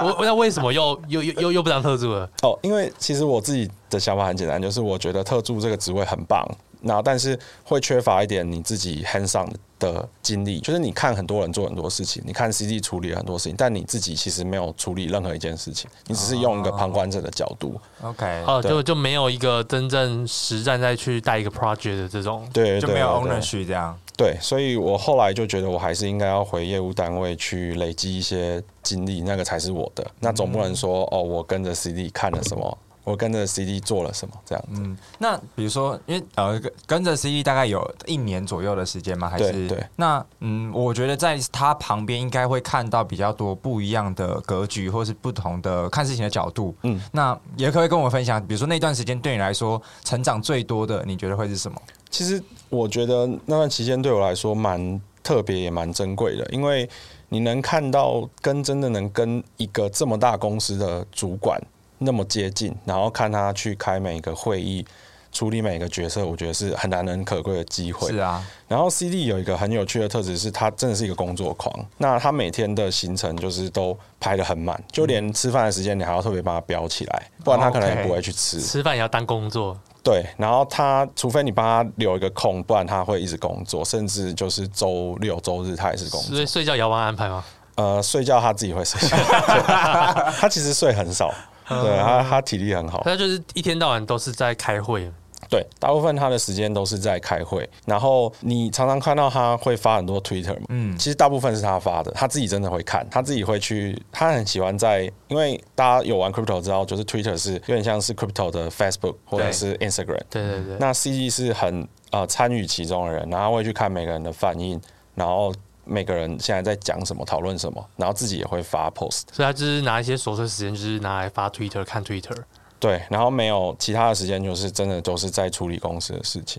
我我那为什么又又又又又不当特助了？
哦，因为其实我自己的想法很简单，就是我觉得特助这个职位很棒，那但是会缺乏一点你自己 hands on 的经历，就是你看很多人做很多事情，你看 CD 处理了很多事情，但你自己其实没有处理任何一件事情，你只是用一个旁观者的角度，
OK，
哦，
对
就就没有一个真正实战再去带一个 project 的这种。
对，
就
对
没有
对对
ownership 这样。
对，所以我后来就觉得我还是应该要回业务单位去累积一些经历，那个才是我的。那总不能说、哦，我跟着 CD 看了什么，我跟着 CD 做了什么这样子。
嗯，那比如说，因为呃，跟跟着 CD 大概有一年左右的时间吗？还是
对对
那嗯，我觉得在他旁边应该会看到比较多不一样的格局，或是不同的看事情的角度。
嗯，
那也可以跟我分享，比如说那段时间对你来说成长最多的，你觉得会是什么？
其实我觉得那段期间对我来说蛮特别也蛮珍贵的，因为你能看到跟真的能跟一个这么大公司的主管那么接近，然后看他去开每个会议。处理每个角色，我觉得是很难能可贵的机会。
是啊，
然后 CD 有一个很有趣的特质是，他真的是一个工作狂。那他每天的行程就是都排得很满，就连吃饭的时间你还要特别帮他标起来，不然他可能也
哦 OK
不会去吃。
吃饭也要当工作，
对，然后他除非你帮他留一个空，不然他会一直工作，甚至就是周六周日他也是工作
所。以睡觉也要帮他安排吗？
呃，睡觉他自己 <laughs> 会睡觉，对他其实睡很少。对他，他体力很好。 <laughs>
他就是一天到晚都是在开会，
对，大部分他的时间都是在开会，然后你常常看到他会发很多 Twitter 嘛，嗯，其实大部分是他发的，他自己真的会看，他自己会去，他很喜欢在，因为大家有玩 crypto 知道，就是 Twitter 是有点像是 crypto 的 Facebook 或者是 Instagram，
对对对，
那 CG 是很呃参与其中的人，然后会去看每个人的反应，然后每个人现在在讲什么，讨论什么，然后自己也会发 post。
所以他就是拿一些琐碎时间，就是拿来发 Twitter 看 Twitter，
对，然后没有其他的时间，就是真的都是在处理公司的事情。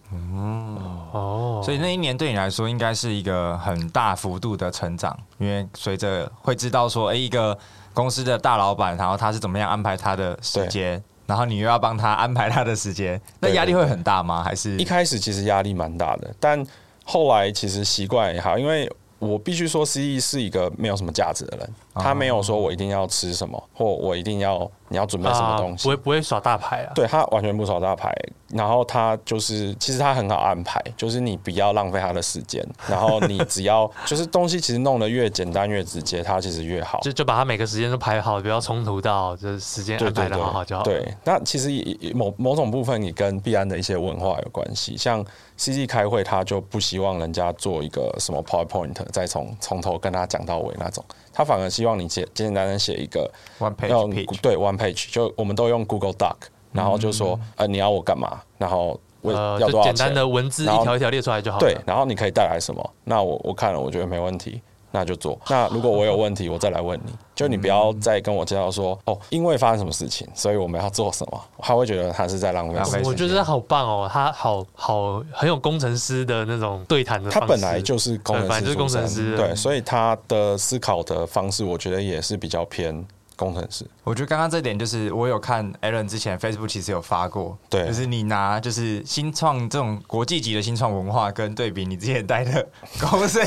哦，
所以那一年对你来说应该是一个很大幅度的成长，因为随着会知道说，哎、一个公司的大老板，然后他是怎么样安排他的时间，然后你又要帮他安排他的时间，那
对对
压力会很大吗？还是
一开始其实压力蛮大的，但后来其实习惯也好，因为我必须说，C E 是一个没有什么价值的人，他没有说我一定要吃什么，或我一定要你要准备什么东西
啊不会，不会耍大牌啊？
对他完全不耍大牌，然后他就是其实他很好安排，就是你不要浪费他的时间，然后你只要 <laughs> 就是东西其实弄得越简单越直接，他其实越好。
就就把他每个时间都排好，不要冲突到，就是时间啊
对
安排
对
的
对，
好好就好。
对，那其实也也某某种部分也跟币安的一些文化有关系。像 CG 开会，他就不希望人家做一个什么 PowerPoint，再从从头跟他讲到尾那种，他反而希望你简简单单写一个
one page
用
pitch？
对 One Page，就我们都用 Google Doc，然后就说、呃你要我干嘛，然后为、
嗯呃，
要
就
多少
简
钱
单，的文字一
然后
条一条列出来就好了。
对，然后你可以带来什么？那我我看了，我觉得没问题，那就做。那如果我有问题，我再来问你。就你不要再跟我介绍说，哦，因为发生什么事情，所以我们要做什么，他会觉得他是在浪费
浪
时
费
间。
啊我觉得好棒哦，他好好很有工程师的那种对谈的
他
方式。
本来就是工程
对本来
师出
就是
身，
工程师
对，所以他的思考的方式，我觉得也是比较偏工程师。
我觉得刚刚这点就是我有看 Aaron 之前 Facebook 其实有发过，
对
就是你拿就是新创这种国际级的新创文化跟对比你之前待的 <laughs> 公司，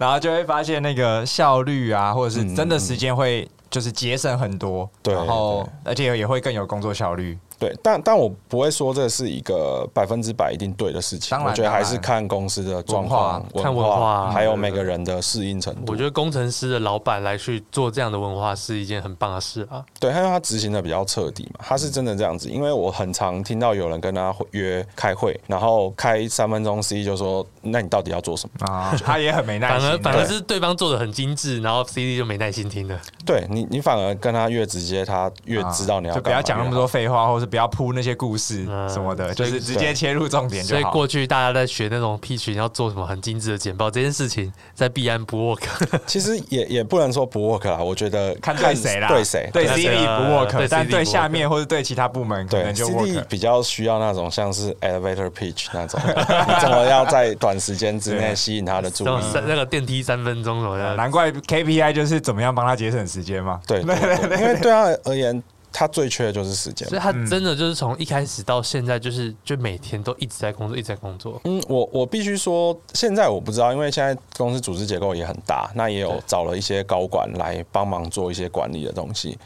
然后就会发现那个效率啊，或者是真的时间会就是节省很多，
对
然后而且也会更有工作效率。
对，但但我不会说这是一个百分之百一定对的事情，
当然
我觉得还是
当然
看公司的状况、
文
化看文化
还有每个人的适应程度。
我觉得工程师的老板来去做这样的文化是一件很棒的事啊。
对，他说他执行的比较彻底嘛，他
嗯
是真的这样子。因为我很常听到有人跟他约开会，然后开三分钟，C 就说：“那你到底要做什么 <laughs>
啊，他也很没耐
反
心
而
的，
反而是对方做的很精致，然后 CD 就没耐心听了。？”
对你，你反而跟他越直接，他越知道你要
啊就
干嘛、
不要讲那么多废话，或是不要铺那些故事
嗯
什么的，就
所以
是直接切入重点就
所以
好。
过去大家在学那种 P 群要做什么很精致的简报这件事情，在必安不 work。
<laughs> 其实也也不能说不 work 啦，我觉得
<laughs> 看对谁啦，
对谁
对
对
CD 不
对
work，但
CD
对
不
下
work
面或者对其他部门可
对
能就
CD
work。
比较需要那种像是 elevator pitch 那种，你怎么要在短时间之内
对
吸引他的注
然后
意？
三那个电梯三分钟什么的，
难怪 KPI 就是怎么样帮他节省时间嘛。
对对对，因为对他而言，他最缺的就是时间嘛
所以他真的就是从一开始到现在，就是就每天都一直在工作，一直在工作。
嗯，我我必须说，现在我不知道，因为现在公司组织结构也很大，那也有找了一些高管来帮忙做一些管理的东西。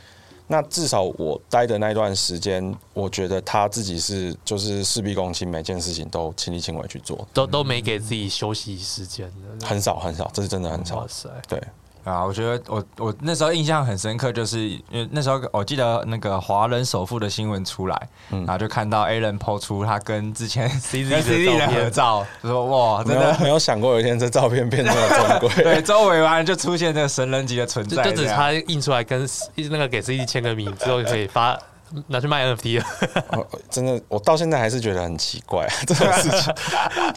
那至少我待的那段时间，我觉得他自己是就是事必躬亲，每件事情都亲力亲为去做，
都都没给自己休息时间的，
很少很少，这是真的很少
哇。塞！
对，
啊，我觉得我我那时候印象很深刻，就是因为那时候我记得那个华人首富的新闻出来，然后就看到 A 人抛出他跟之 <laughs> 前
CZ 的
跟 CZ 的
照片
合照，就说哇，
没
真
有
的
没有想过有一天这照片变
<laughs>
得那么珍贵。
对，周围完了就出现这个神人级的存
就
在，
就只
这样
差印出来跟 C- 那个给 C D 签个名之后，可以发拿去卖 NFT 了。
我哦真的，我到现在还是觉得很奇怪 <laughs> 这种事情，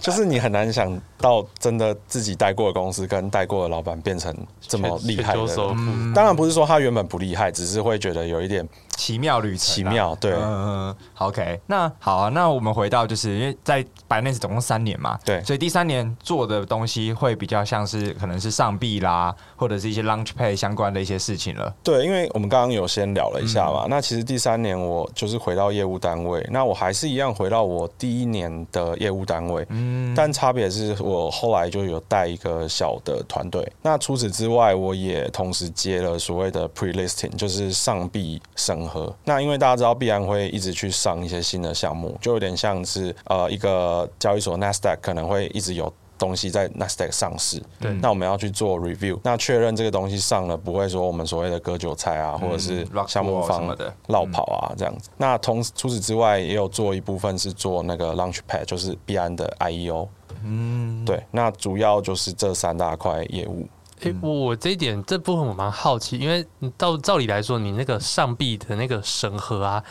就是你很难想到，真的自己待过的公司跟待过的老板变成这么厉害的嗯
全球首
人。
富
当然不是说他原本不厉害，只是会觉得有一点
奇妙旅程啊，
奇妙。对
嗯嗯嗯，OK，那好啊，那我们回到就是因为在白 n e 总共三年嘛，
对
所以第三年做的东西会比较像是可能是上币啦，或者是一些 Launch Pay 相关的一些事情了。
对，因为我们刚刚有先聊了一下嘛。那其实第三年我就是回到业务单位，那我还是一样回到我第一年的业务单位，
嗯，
但差别是我后来就有带一个小的团队。那除此之外，我也同时接了所谓的 pre listing，就是上币审核。那因为大家知道，必然会一直去上一些新的项目，就有点像是呃一个交易所 Nasdaq 可能会一直有。东西在 Nasdaq 上市，
对
那我们要去做 review，那确认这个东西上了，不会说我们所谓的割韭菜啊，或者是
嗯 Rock
项目
Wall 什
方
么的嗯
绕跑啊这样子。那同时除此之外，也有做一部分是做那个 Launchpad，就是币安的 IEO。嗯，对，那主要就是这三大块业务。
诶，我我这一点这部分我蛮好奇，因为你照照理来说，你那个上币的那个审核啊，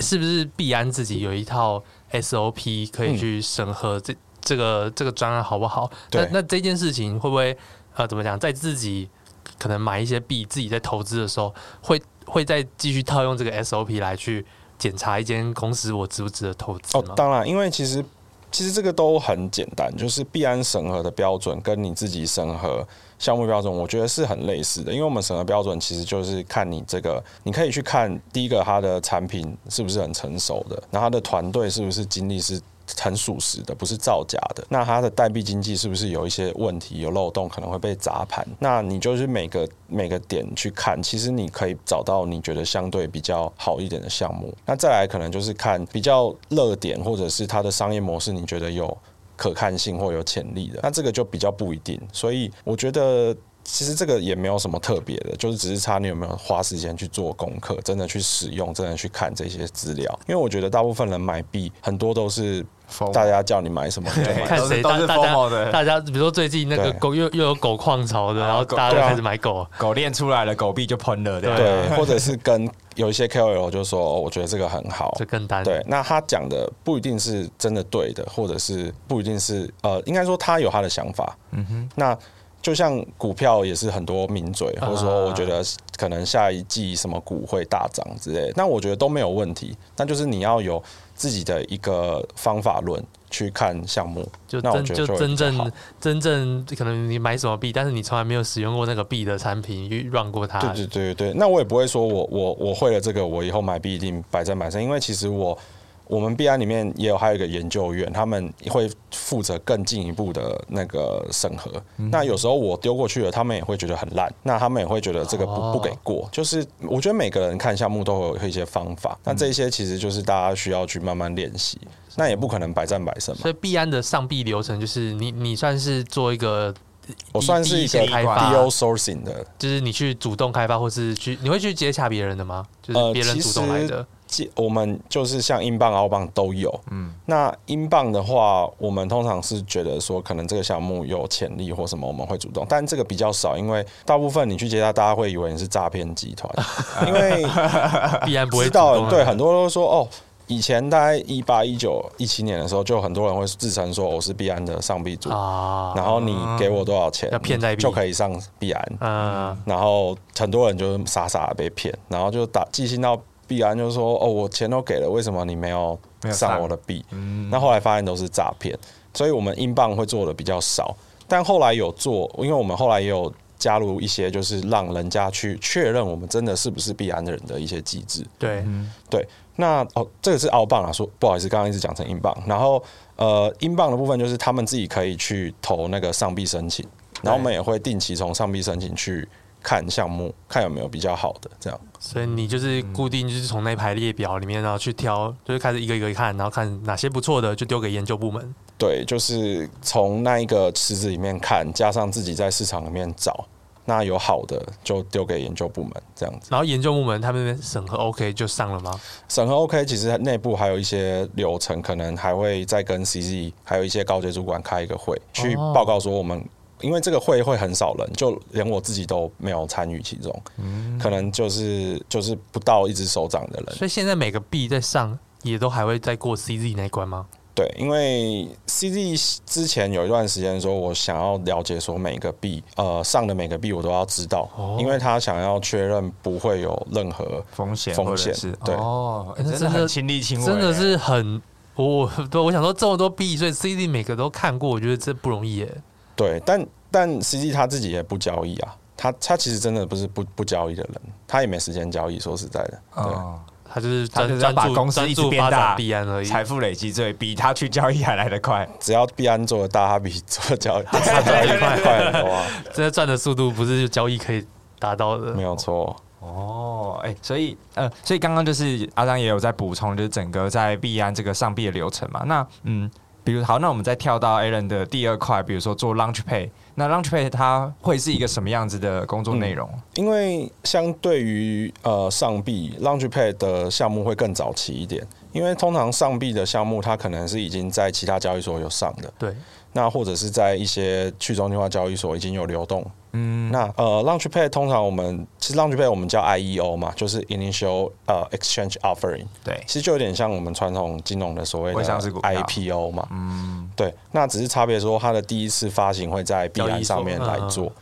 是不是币安自己有一套 SOP 可以去审核这、这个这个专案好不好？那
对
那这件事情会不会呃怎么讲，在自己可能买一些币自己在投资的时候，会会再继续套用这个 SOP 来去检查一间公司我值不值得投资
哦
吗，？
当然，因为其实其实这个都很简单，就是币安审核的标准跟你自己审核项目标准，我觉得是很类似的。因为我们审核标准其实就是看你这个，你可以去看第一个它的产品是不是很成熟的，然后它的团队是不是经历是。很属实的，不是造假的。那它的代币经济是不是有一些问题、有漏洞，可能会被砸盘？那你就是每个每个点去看，其实你可以找到你觉得相对比较好一点的项目。那再来可能就是看比较热点，或者是它的商业模式，你觉得有可看性或有潜力的，那这个就比较不一定。所以我觉得。其实这个也没有什么特别的，就是只是差你有没有花时间去做功课，真的去使用，真的去看这些资料。因为我觉得大部分人买币，很多都是
疯
大家叫你买什么你就买
对
什么。
<laughs> 看
都是
谁
都
大
是
大
FOMO
家
的
大家，比如说最近那个
对
狗又又有狗矿潮的，
啊
然后
狗
大家
对
都
啊
开始买狗，
狗链出来了，狗币就喷了，对吧
对，或者是跟有一些 KOL 就说，哦，我觉得这个很好，
这更单。
对，啊那他讲的不一定是真的对的，或者是不一定是呃，应该说他有他的想法。嗯哼，那就像股票也是很多名嘴，或者说我觉得可能下一季什么股会大涨之类的，那我觉得都没有问题。但就是你要有自己的一个方法论去看项目，
就
那我
真
觉
就
得会
真
比较好
正真正可能你买什么币，但是你从来没有使用过那个币的产品，去 run 过它。
对对对对，那我也不会说我我我会了这个，我以后买币一定摆在满身，因为其实我我们币安里面也有还有一个研究院，他们会负责更进一步的那个审核。
嗯
那有时候我丢过去了，他们也会觉得很烂，那他们也会觉得这个不、
哦
不给过。就是我觉得每个人看项目都会有一些方法，那这一些其实就是大家需要去慢慢练习，那也不可能百战百胜嘛。
嗯所以币安的上币流程就是你你算是做一个，
我算是一
第
个
一线开发
DO sourcing 的
就是你去主动开发，或是去你会去接洽别人的吗？就是
呃
别人主动来的，
借我们就是像英镑、澳镑都有。嗯，那英镑的话，我们通常是觉得说，可能这个项目有潜力或什么，我们会主动，但这个比较少，因为大部分你去接他，大家会以为你是诈骗集
<laughs>
团，因为
币安不会
知
主动
道欸
来
对很多都说哦。以前大概一八、一九、一七年的时候，就很多人会自称说我是币安的上币组，
啊，
然后你给我多少钱，
要骗代币
就可以上币安。
嗯，
然后很多人就是傻傻的被骗，然后就打寄信到币安，就说哦，我钱都给了，为什么你没有
没有上
上我的币？
嗯
那后来发现都是诈骗，所以我们英镑会做的比较少，但后来有做，因为我们后来也有。加入一些就是让人家去确认我们真的是不是币安人的一些机制，
对，
对，那哦，这个是澳镑啊，说不好意思，刚刚一直讲成英镑。然后呃，英镑的部分就是他们自己可以去投那个上币申请，然后我们也会定期从上币申请去看项目，看有没有比较好的这样。
所以你就是固定就是从那排列表里面，然后去挑，就是开始一个一个看，然后看哪些不错的就丢给研究部门。
对，就是从那一个池子里面看，加上自己在市场里面找，那有好的就丢给研究部门这样子。
然后研究部门他们那边审核 OK 就上了吗？
审核 OK，其实内部还有一些流程，可能还会再跟 CZ 还有一些高阶主管开一个会，去
哦
报告说我们。因为这个会会很少人，就连我自己都没有参与其中，可能就是就是不到一只手掌的人。
嗯所以现在每个币在上也都还会再过 CZ 那一关吗？
对，因为 CZ 之前有一段时间说，我想要了解说每个币呃上的每个币我都要知道，
哦
因为他想要确认不会有任何
风险
风
或者
险
是
对
哦，欸
哎那
真
真
的
的
很亲力亲为，
真的是很。我我对我想说这么多币，所以 CZ 每个都看过，我觉得这不容易耶。
对，但但 CG 他自己也不交易啊，他他其实真的不是不不交易的人，他也没时间交易。说实在的，对，
哦，
他就是
他
专
就是要
专
把
注
公司
专
一直
注
变
发
大
展币安而已。
财富累积最比他去交易还来得快，
只要币安做的大，他比 <laughs> 做的交易他交易快快很多啊，
这赚的速度不是交易可以达到的
没。有错。
哦，哎、所以呃，所以刚刚就是阿张也有在补充，就是整个在币安这个上币的流程嘛。那嗯，比如好，那我们再跳到 Alan 的第二块，比如说做 Launch Pay，那 Launch Pay 它会是一个什么样子的工作内容？
因为相对于呃上币 Launchpad 的项目会更早期一点，因为通常上币的项目它可能是已经在其他交易所有上的，
对，
那或者是在一些去中心化交易所已经有流动。嗯，那呃，Launchpad 通常我们其实 Launchpad 我们叫 IEO 嘛，就是 Initial 呃 Exchange Offering，
对
其实就有点像我们传统金融的所谓的
会上市股票
IPO 嘛。嗯，对，那只是差别说它的第一次发行会在币
交
安
易所
上面来
嗯
做。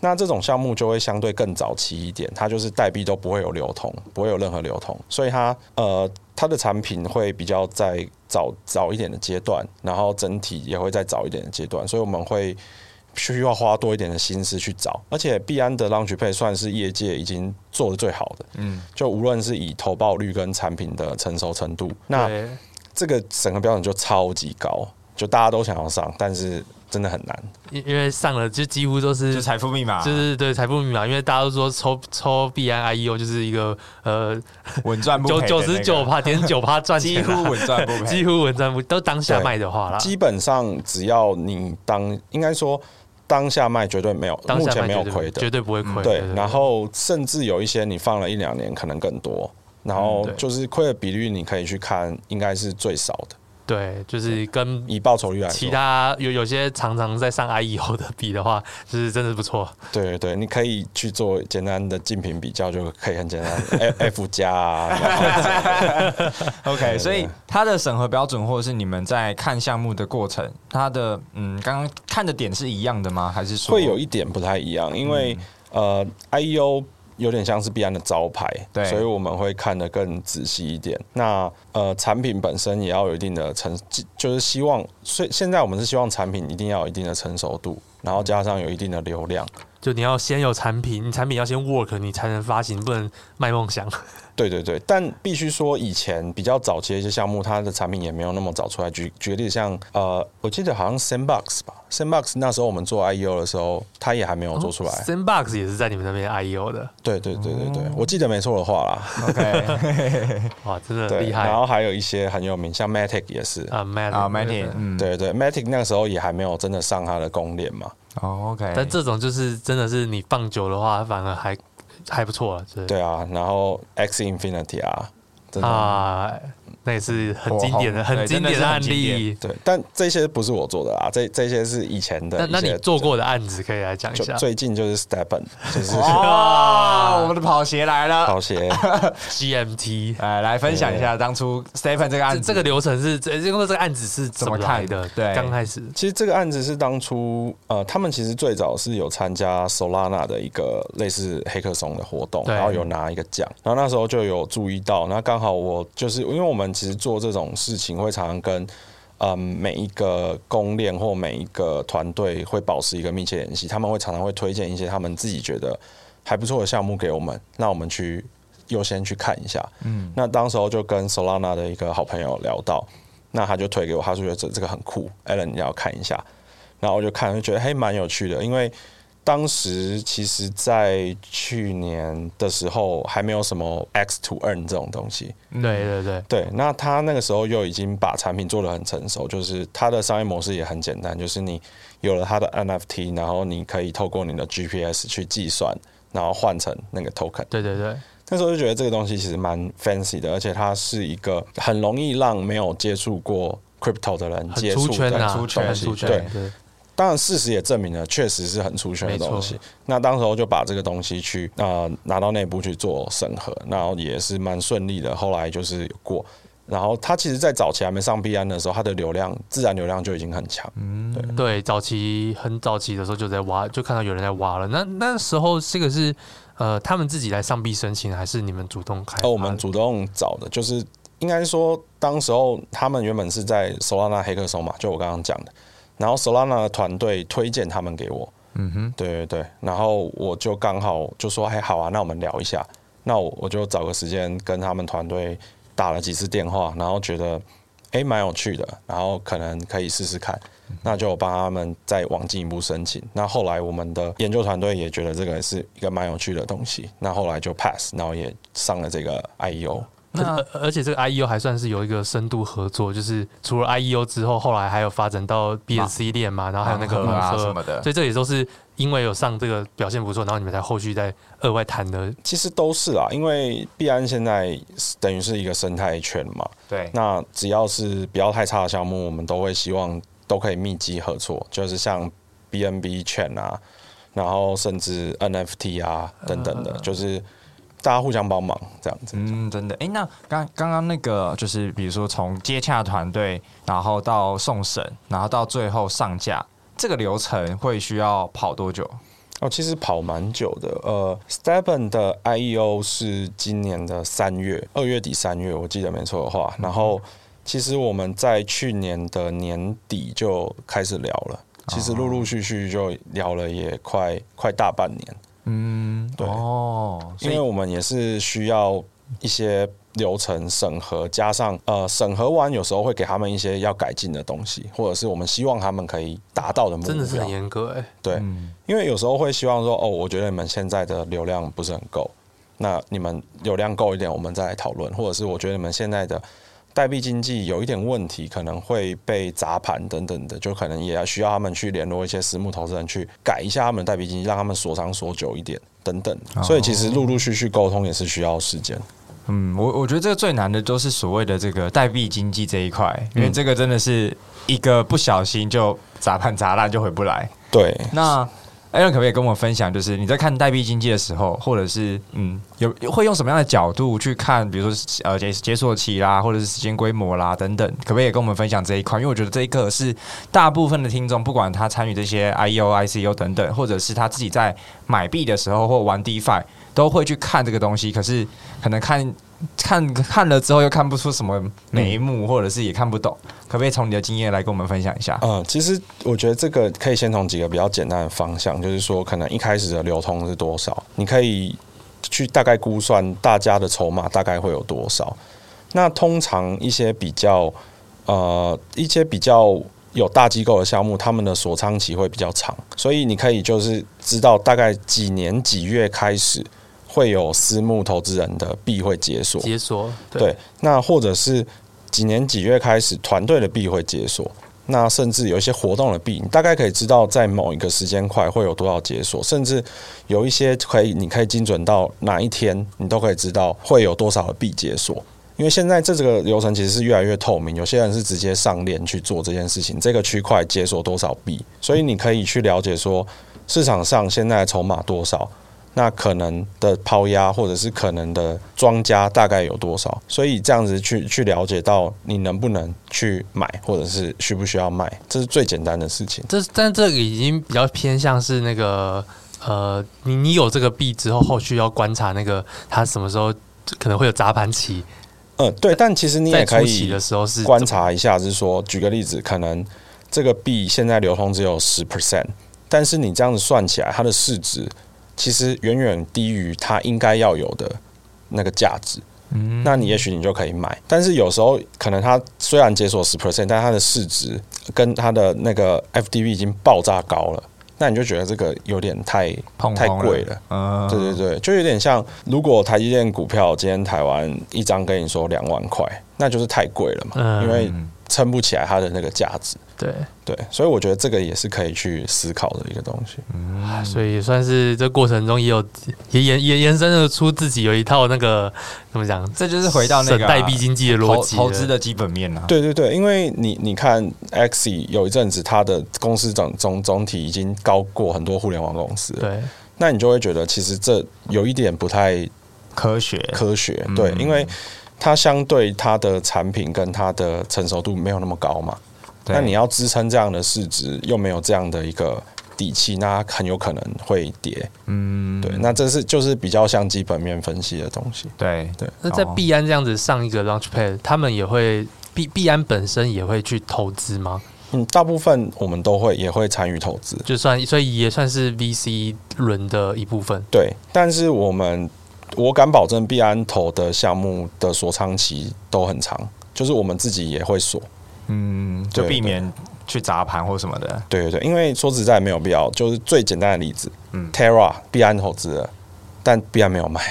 那这种项目就会相对更早期一点，它就是代币都不会有流通，不会有任何流通，所以它呃它的产品会比较在早早一点的阶段，然后整体也会在早一点的阶段，所以我们会需要花多一点的心思去找。而且币安的 Launch Pay 算是业界已经做的最好的，
嗯，
就无论是以投报率跟产品的成熟程度，那
对
这个审核标准就超级高，就大家都想要上，但是真的很难。
因因为上了就几乎都
就是是财富密码，
就是对财富密码，因为大家都说抽抽币安 IEO 就是一个呃
<laughs> 稳赚不赔
九
的那
九
个
十九趴点九趴
<laughs>
赚
几
钱
乎
啦，
<laughs> 稳赚不赔
几。乎稳赚不都当下卖的话啦，
基本上只要你当，应该说当下卖绝对没有，
当
目
下
前
卖
没有
绝对
亏的
绝。对不会亏。
对，然后甚至有一些你放了一两年，可能更多。然
嗯
后
对
就是亏的比率，你可以去看，应该是最少的。
对，就是跟
以报酬率来说
其，他有有些常常在上 IEO 的比的话，就是真的不错。
对对对，你可以去做简单的竞品比较，就可以很
<laughs>
简单。F F 加啊，然后
OK， <laughs>
对
所以它的审核标准或者是你们在看项目的过程，它的嗯，刚刚看的点是一样的吗？还是说
会有一点不太一样，因为、呃，IEO 有点像是必安的招牌，
对
所以我们会看得更仔细一点。那呃，产品本身也要有一定的成，就是希望，所以现在我们是希望产品一定要有一定的成熟度，然后加上有一定的流量。
就你要先有产品，你产品要先 work，你才能发行，不能卖梦想。
对对对，但必须说，以前比较早期的一些项目，它的产品也没有那么早出来。举举个例子，像呃，我记得好像 Sandbox 吧，Sandbox 那时候我们做 IEO 的时候，它也还没有做出来。
哦 Sandbox 也是在你们那边 IEO 的，
对对对对对，我记得没错的话啦，
<laughs> OK
哇，真的
对，
厉害
然后还有一些很有名，像 Matic 也是，
啊 m a
啊 m a t i 嗯，
对对，Matic 那个时候也还没有真的上它的公链嘛，
哦 OK，
但这种就是真的是你放久的话，反而还还不错了，就是
对啊，然后 X Infinity 啊，真的。
啊，那也是很经典的、
火红
很经典的案例。
对，但这些不是我做的啊，这这些是以前的
那
一些。
那你做过的案子可以来讲一
就
下哦
最近就是 Stepen，就
<laughs>
是 <laughs>
<laughs>
哇，哦我们的跑鞋来了，
跑鞋，
GMT。
哎，来分享一下当初 Stephen 这个案
这
子，
这个流程是，呃这因为这个案子是怎么来
嗯
的？
怎么看对
刚开始
其实这个案子是当初呃，他们其实最早是有参加 Solana 的一个类似黑客松的活动，
对
然后有拿一个奖，然后那时候就有注意到，那刚好我就是因为我们其实做这种事情会常常跟。嗯，每一个公链或每一个团队会保持一个密切联系，他们会常常会推荐一些他们自己觉得还不错的项目给我们，那我们去优先去看一下。嗯，那当时候就跟 Solana 的一个好朋友聊到，那他就推给我，他说觉得这这个很酷，Alan 你要看一下。然后我就看，就觉得嘿蛮有趣的，因为当时其实，在去年的时候还没有什么 X to Earn 这种东西，
对对对，
对，那他那个时候又已经把产品做得很成熟，就是它的商业模式也很简单，就是你有了它的 NFT，然后你可以透过你的 GPS 去计算，然后换成那个 token。
对对对，
那时候就觉得这个东西其实蛮 fancy 的，而且它是一个很容易让没有接触过 crypto 的人
很
接
出
触
圈
的
啊，
出圈
很
东西
出圈，
对，
对，
当然，事实也证明了，确实是很出圈的东西
没。
那当时候就把这个东西去呃拿到内部去做审核，然后也是蛮顺利的。后来就是有过，然后它其实，在早期还没上币安的时候，它的流量自然流量就已经很强。
嗯
对，早期很早期的时候就在挖，就看到有人在挖了。那那时候这个是呃，他们自己来上币申请，还是你们主动开发的？
而哦我
啊
们主动找的，就是应该说，当时候他们原本是在 Solana 黑客松嘛，就我刚刚讲的。然后 Solana 的团队推荐他们给我，
嗯哼，
对对对，然后我就刚好就说，嘿，好啊，那我们聊一下。那我我就找个时间跟他们团队打了几次电话，然后觉得哎蛮有趣的，然后可能可以试试看。那就帮他们再往进一步申请。那后来我们的研究团队也觉得这个是一个蛮有趣的东西，那后来就 pass，然后也上了这个 E IEO。
那呃而而且这个 IEO 还算是有一个深度合作，就是除
嗯
了 IEO 之后，后来还有发展到 BSC 链嘛，然后
嗯
还有那个
盲盒啊
盲盒
什么的
所以这也都是因为有上这个表现不错，然后你们才后续再额外谈的。
其实都是啦，因为币安现在是等于是一个生态圈嘛，
对，
那只要是不要太差的项目，我们都会希望都可以密集合作，就是像 BNB 券啊，然后甚至 NFT 啊等等的，就是大家互相帮忙这样子。
嗯，真的。哎、那刚刚刚那个就是，比如说从接洽团队，然后到送审，然后到最后上架，这个流程会需要跑多久？
哦，其实跑蛮久的。呃 s t e p e n 的 IEO 是今年的三月，二月底三月，我记得没错的话。然
嗯
后，其实我们在去年的年底就开始聊了，
哦
其实陆陆续续就聊了也快快大半年，
嗯，
对
哦，
因
所以
为我们也是需要一些流程审核，加上呃审核完有时候会给他们一些要改进的东西，或者是我们希望他们可以达到的目标。
真的是很严格哎、
对，因为有时候会希望说，哦，我觉得你们现在的流量不是很够，那你们流量够一点，我们再来讨论，或者是我觉得你们现在的代币经济有一点问题，可能会被砸盘等等的，就可能也要需要他们去联络一些私募投资人去改一下他们的代币经济，让他们所长所久一点等等。所以其实陆陆续续沟通也是需要时间。
嗯，我我觉得这个最难的都是所谓的这个代币经济这一块，因
嗯
为这个真的是一个不小心就砸盘砸烂就回不来。
对，
那 Aaron 可不可以跟我们分享，就是你在看代币经济的时候，或者是嗯，有会用什么样的角度去看，比如说呃解解锁期啦，或者是时间规模啦等等，可不可以也跟我们分享这一块？因为我觉得这一个是大部分的听众，不管他参与这些 E IEO、ICO 等等，或者是他自己在买币的时候或玩 DeFi，都会去看这个东西，可是可能看。看看了之后又看不出什么眉目，或者是也看不懂，可不可以从你的经验来跟我们分享一下？
嗯，其实我觉得这个可以先从几个比较简单的方向，就是说可能一开始的流通是多少，你可以去大概估算大家的筹码大概会有多少。那通常一些比较呃一些比较有大机构的项目，他们的锁仓期会比较长，所以你可以就是知道大概几年几月开始会有私募投资人的币会解锁。
解锁
对，那或者是几年几月开始团队的币会解锁，那甚至有一些活动的币，你大概可以知道在某一个时间块会有多少解锁，甚至有一些可以你可以精准到哪一天，你都可以知道会有多少的币解锁。因为现在这这个流程其实是越来越透明，有些人是直接上链去做这件事情，这个区块解锁多少币，所以你可以去了解说市场上现在的筹码多少，那可能的抛压或者是可能的庄家大概有多少，所以这样子去去了解到你能不能去买，或者是需不需要卖，这是最简单的事情。
这但这个已经比较偏向是那个呃，你你有这个币之后，后续要观察那个它什么时候可能会有砸盘期，
嗯，对，但其实你
在
也可
初期
以
的时候是
观
怎么
察一下，是说举个例子，可能这个币现在流通只有十 percent，但是你这样子算起来，它的市值其实远远低于它应该要有的那个价值。
嗯
那你也许你就可以买，但是有时候可能它虽然解锁十 percent，但它的市值跟它的那个 FDV 已经爆炸高了，那你就觉得这个有点太
碰
太
碰
贵了。
嗯，
对对对，就有点像，如果台积电股票今天台湾一张跟你说两万块，那就是太贵了嘛，
嗯
因为撑不起来它的那个价值。
对，
对，所以我觉得这个也是可以去思考的一个东西。
所以也算是这过程中也有也延也延伸得出自己有一套那个怎么讲，
这就是回到那个啊
代币经济的逻辑了
投投资的基本面啊。
对对对，因为你你看 Axie 有一阵子它的公司总总总体已经高过很多互联网公司了，
对
那你就会觉得其实这有一点不太
科学，
科学，对，因为它相对它的产品跟它的成熟度没有那么高嘛。
对
那你要支撑这样的市值，又没有这样的一个底气，那它很有可能会跌。嗯，对，那这是就是比较像基本面分析的东西。
对
对
那在
哦
币安这样子上一个 Launchpad，他们也会币币安本身也会去投资吗？
嗯，大部分我们都会也会参与投资，
就算所以也算是 VC 轮的一部分。
对，但是我们我敢保证，币安投的项目的锁仓期都很长，就是我们自己也会锁。
嗯，就
对
避免去砸盘或什么的。
对对对，因为说实在没有必要，就是最简单的例子，嗯，Terra 币安投资了，但币安没有买。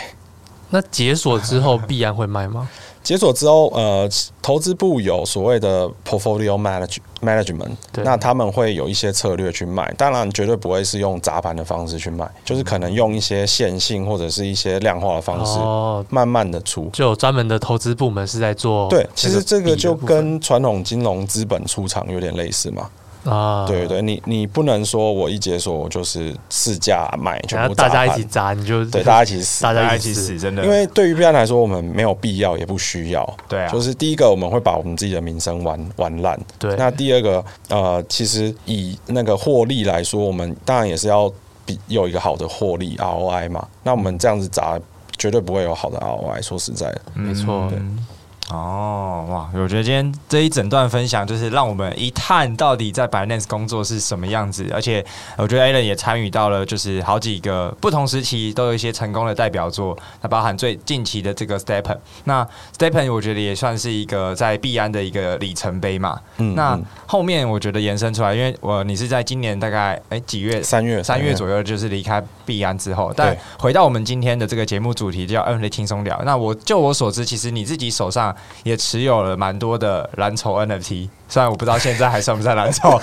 那解锁之后，币安会卖吗？
<laughs> 解锁之后，呃，投资部有所谓的 portfolio manage management，
对
那他们会有一些策略去卖，当然绝对不会是用砸盘的方式去卖，就是可能用一些线性或者是一些量化的方式，
哦，
慢慢的出。
就有专门的投资部门是在做哦那
对
币的部
其
分。，
实这个就跟传统金融资本出场有点类似嘛。
啊，
对对对，你你不能说我一解锁我就是市价买
然
全
后
部
大
砸
家
盘，
一起砸，你就
对大家一起死。
<laughs> 大
大
家
家
一
一
起
起
死
死，真的，
因为对于币安来说，我们没有必要，也不需要。
对啊
就是第一个，我们会把我们自己的名声玩玩烂。
对
那第二个，呃，其实以那个获利来说，我们当然也是要比有一个好的获利 ROI 嘛。那我们这样子砸，绝对不会有好的 ROI。说实在的，
没错
嗯哦，哇！我觉得今天这一整段分享，就是让我们一探到底在 Binance 工作是什么样子。而且，我觉得 Alan 也参与到了，就是好几个不同时期都有一些成功的代表作，那包含最近期的这个 Stepen。那 Stepen 我觉得也算是一个在币安的一个里程碑嘛。
嗯，
那
嗯
后面我觉得延伸出来，因为我你是在今年大概哎几月
三月
三月左右就是离开币安之后，但回到我们今天的这个节目主题叫 NFT 轻松聊。那我就我所知，其实你自己手上也持有了蛮多的蓝筹 NFT，虽然我不知道现在还算不算蓝
<laughs>
筹，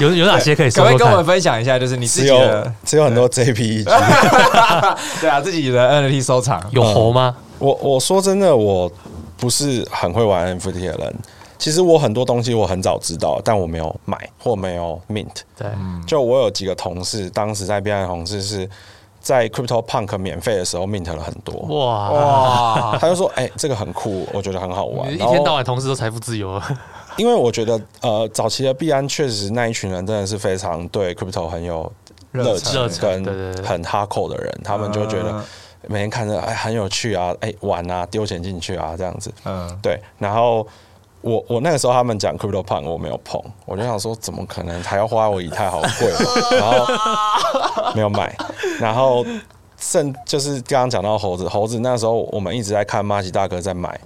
有有哪些可
可
以收
不可以
收
跟我
看
们？分享一下，就是你自
只
己
有
的
只有很多 E
<laughs>
JPEG。
对啊自己的 NFT 收藏？
有猴吗？
我我说真的，我不是很会玩 NFT 的人。其实我很多东西我很早知道，但我没有买或没有 mint。
对，
就我有几个同事，当时在 B 岸的同事是在 Crypto Punk 免费的时候 mint 了很多，
哇，
哇，
他就说：“哎、这个很酷，我觉得很好玩。”
你一
然后
天到晚同事都财富
<laughs>
自由，
因为我觉得，呃，早期的币安确实那一群人真的是非常对 crypto 很有热
热
情
忱对对
跟
对
很哈扣的人，他们就觉得
嗯
每天看着哎很有趣啊，哎玩啊，丢钱进去啊这样子。
嗯，
对，然后我我那个时候他们讲 crypto punk 我没有碰，我就想说怎么可能还要花我以太好贵哦，然后没有买，然后。甚就是刚刚讲到猴子，猴子那时候我们一直在看马吉大哥在买，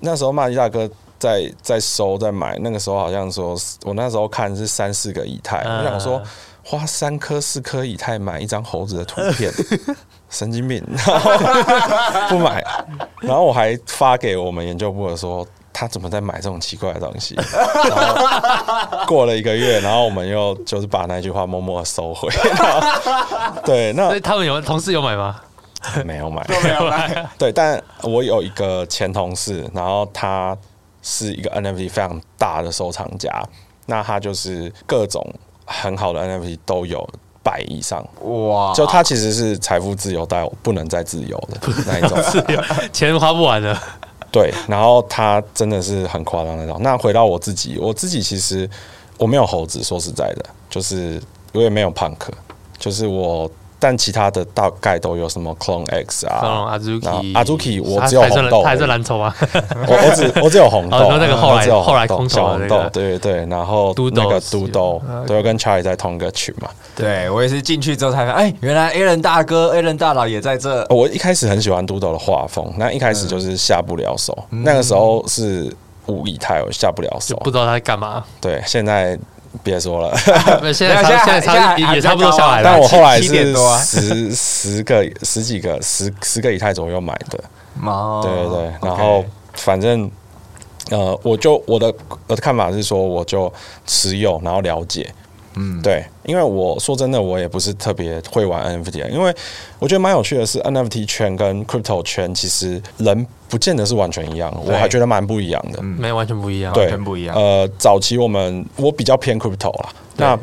那时候马吉大哥在在收在买，那个时候好像说，我那时候看是三四个以太，
嗯
我想说花三颗四颗以太买一张猴子的图片，神经病，然后不买，然后我还发给我们研究部的说。他怎么在买这种奇怪的东西？然后过了一个月，然后我们又就是把那句话默默地收回。 <laughs> 然后对，那
所以他们有同事有买吗？
没有买，
没有啦
<laughs> 对，但我有一个前同事，然后他是一个 NFT 非常大的收藏家，那他就是各种很好的 NFT 都有百以上，
哇，
就他其实是财富自由但不能再自由的那一种。
<laughs> 钱花不完了，
对，然后他真的是很夸张那种。那回到我自己，我自己其实我没有猴子，说实在的，就是我也没有 punk，就是我。但其他的大概都有什么 Clone X 啊，
张龙阿朱
然后
k
阿朱 k 我只有
还算
红豆而已，
他还算蓝筹啊，
我我只我只有红豆，
哦你说那个后来
我只有红豆
后来空
小
手的
红
那个嗯
豆，对对对，然后
都豆
那个都豆
是，
对，我跟 Charlie 在同一个群嘛。
对我也是进去之后才发现，哎，原来 a l a n 大哥、a l a n 大佬也在这。
哦我一开始很喜欢都豆的画风，那一开
嗯
始就是下不了手，那个时候是五以太，我下不了手
就。不知道他在干嘛。
对，现在别说了，
现在差现在差也也差不多下来
但
了，
我后来
七点
是
多啊
十十个十几个十十个以太左右买的，
哦
对对对，然
OK
后反正呃，我就我的我的看法是说，我就持有，然后了解。嗯，对，因为我说真的，我也不是特别会玩 NFT，因为啊我觉得蛮有趣的是，NFT 圈跟 crypto 圈其实人不见得是完全一样，我
对
还觉得蛮不一样的。
没完啊全不一样。
嗯对，
完全不一样
呃，早期我们我比较偏 crypto 啦，那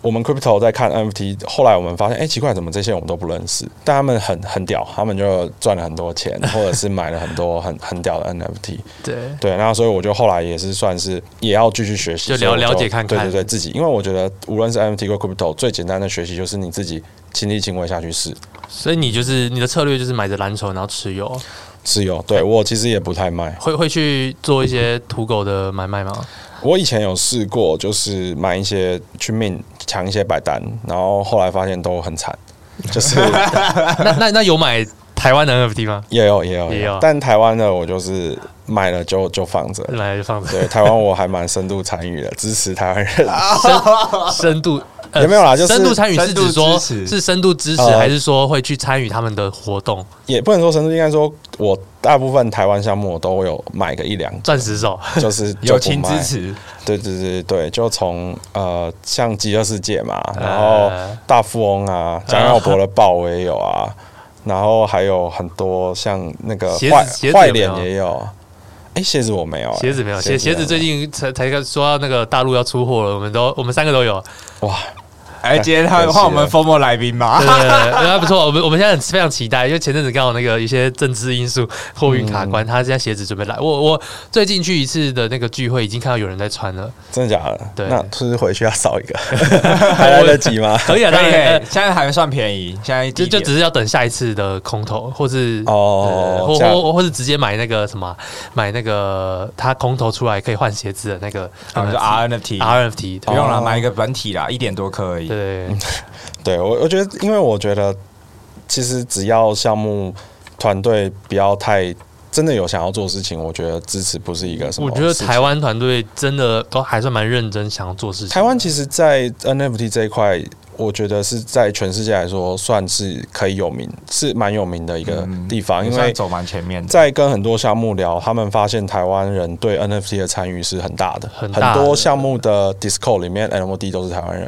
我们 crypto 在看 NFT，后来我们发现，哎、奇怪，怎么这些我们都不认识？但他们很很屌，他们就赚了很多
<laughs>
钱，或者是买了很多很很屌的 NFT。
对，
对，那所以我就后来也是算是也要继续学习，
就了
所以我
了解看看
对对对，自己，因为我觉得无论是 NFT 或 crypto，最简单的学习就是你自己亲力亲为下去试
所以你就是你的策略就是买着蓝筹，然后持有，
持有。对我其实也不太卖，
会会
<laughs>
去做一些土狗的买卖吗？
我以前有试过，就是买一些去命抢一些百单，然后后来发现都很惨，就是
<laughs>
那 <laughs> 那那有买台湾的 NFT 吗？
也有也有
也
也
有
有，但台湾的我就是买了就就放着。
来就
<laughs>
放
<laughs>
着
对，台湾我还蛮深度参与的，支持台湾人。
深度。呃
也没有啦就是
深度参与是指说
深度支持
是深度支持，
呃
还是说会去参与他们的活动？
也不能说深度，应该说我大部分台湾项目我都有买个一两个，
钻石手，
就是就
友
不
情
卖
支持，
对对对对，就从呃像极乐世界
啊
嘛，然后大富翁啊，蒋耀博的豹我也有啊， <laughs> 然后还有很多像那个
鞋子
坏
鞋子有
坏
没有
脸也有，哎、鞋子我没有、
鞋子没有，鞋鞋子
这
最近才才说到那个大陆要出货了，我们都我们三个都有，
哇，
哎，今天他会换我们
可惜
FOMO 来宾吧
对，？对呃对还不错。我们我们现在很非常期待，因为前阵子刚好那个一些政治因素，货运卡关，他现在鞋子准备来。我我最近去一次的那个聚会，已经看到有人在穿了。
真的假的？
对
那是不是回去要少一
<laughs>
个，还来得及吗？
可以啊，
可
当
以，
然，
哎现在还算便宜，现在
就就只
是
是要等下一次的空投，或是
哦
对
这样
或或或是直接买那个什么，买那个他空投出来可以换鞋子的那个，呃
我们说
啊
RNFT，
RFT，
不
对
用了，
哦
买一个本体啦，一点多颗而已。
对，
<laughs> 对我，我觉得，因为我觉得，其实只要项目团队不要太真的有想要做的事情，我觉得支持哦不是一个什么
我
事
觉
情。
得台湾团队真的都还算蛮认真，想要做事情。
台湾其实，在 NFT 这一块，我觉得是在全世界来说算是可以有名，是蛮有名的一个
嗯
地方，
也
因
算
为
走蛮前面的。
在跟很多项目聊，他们发现台湾人对 NFT 的参与是很大的，
很大的
多项目的 Discord 里面 NFT 都是台湾人。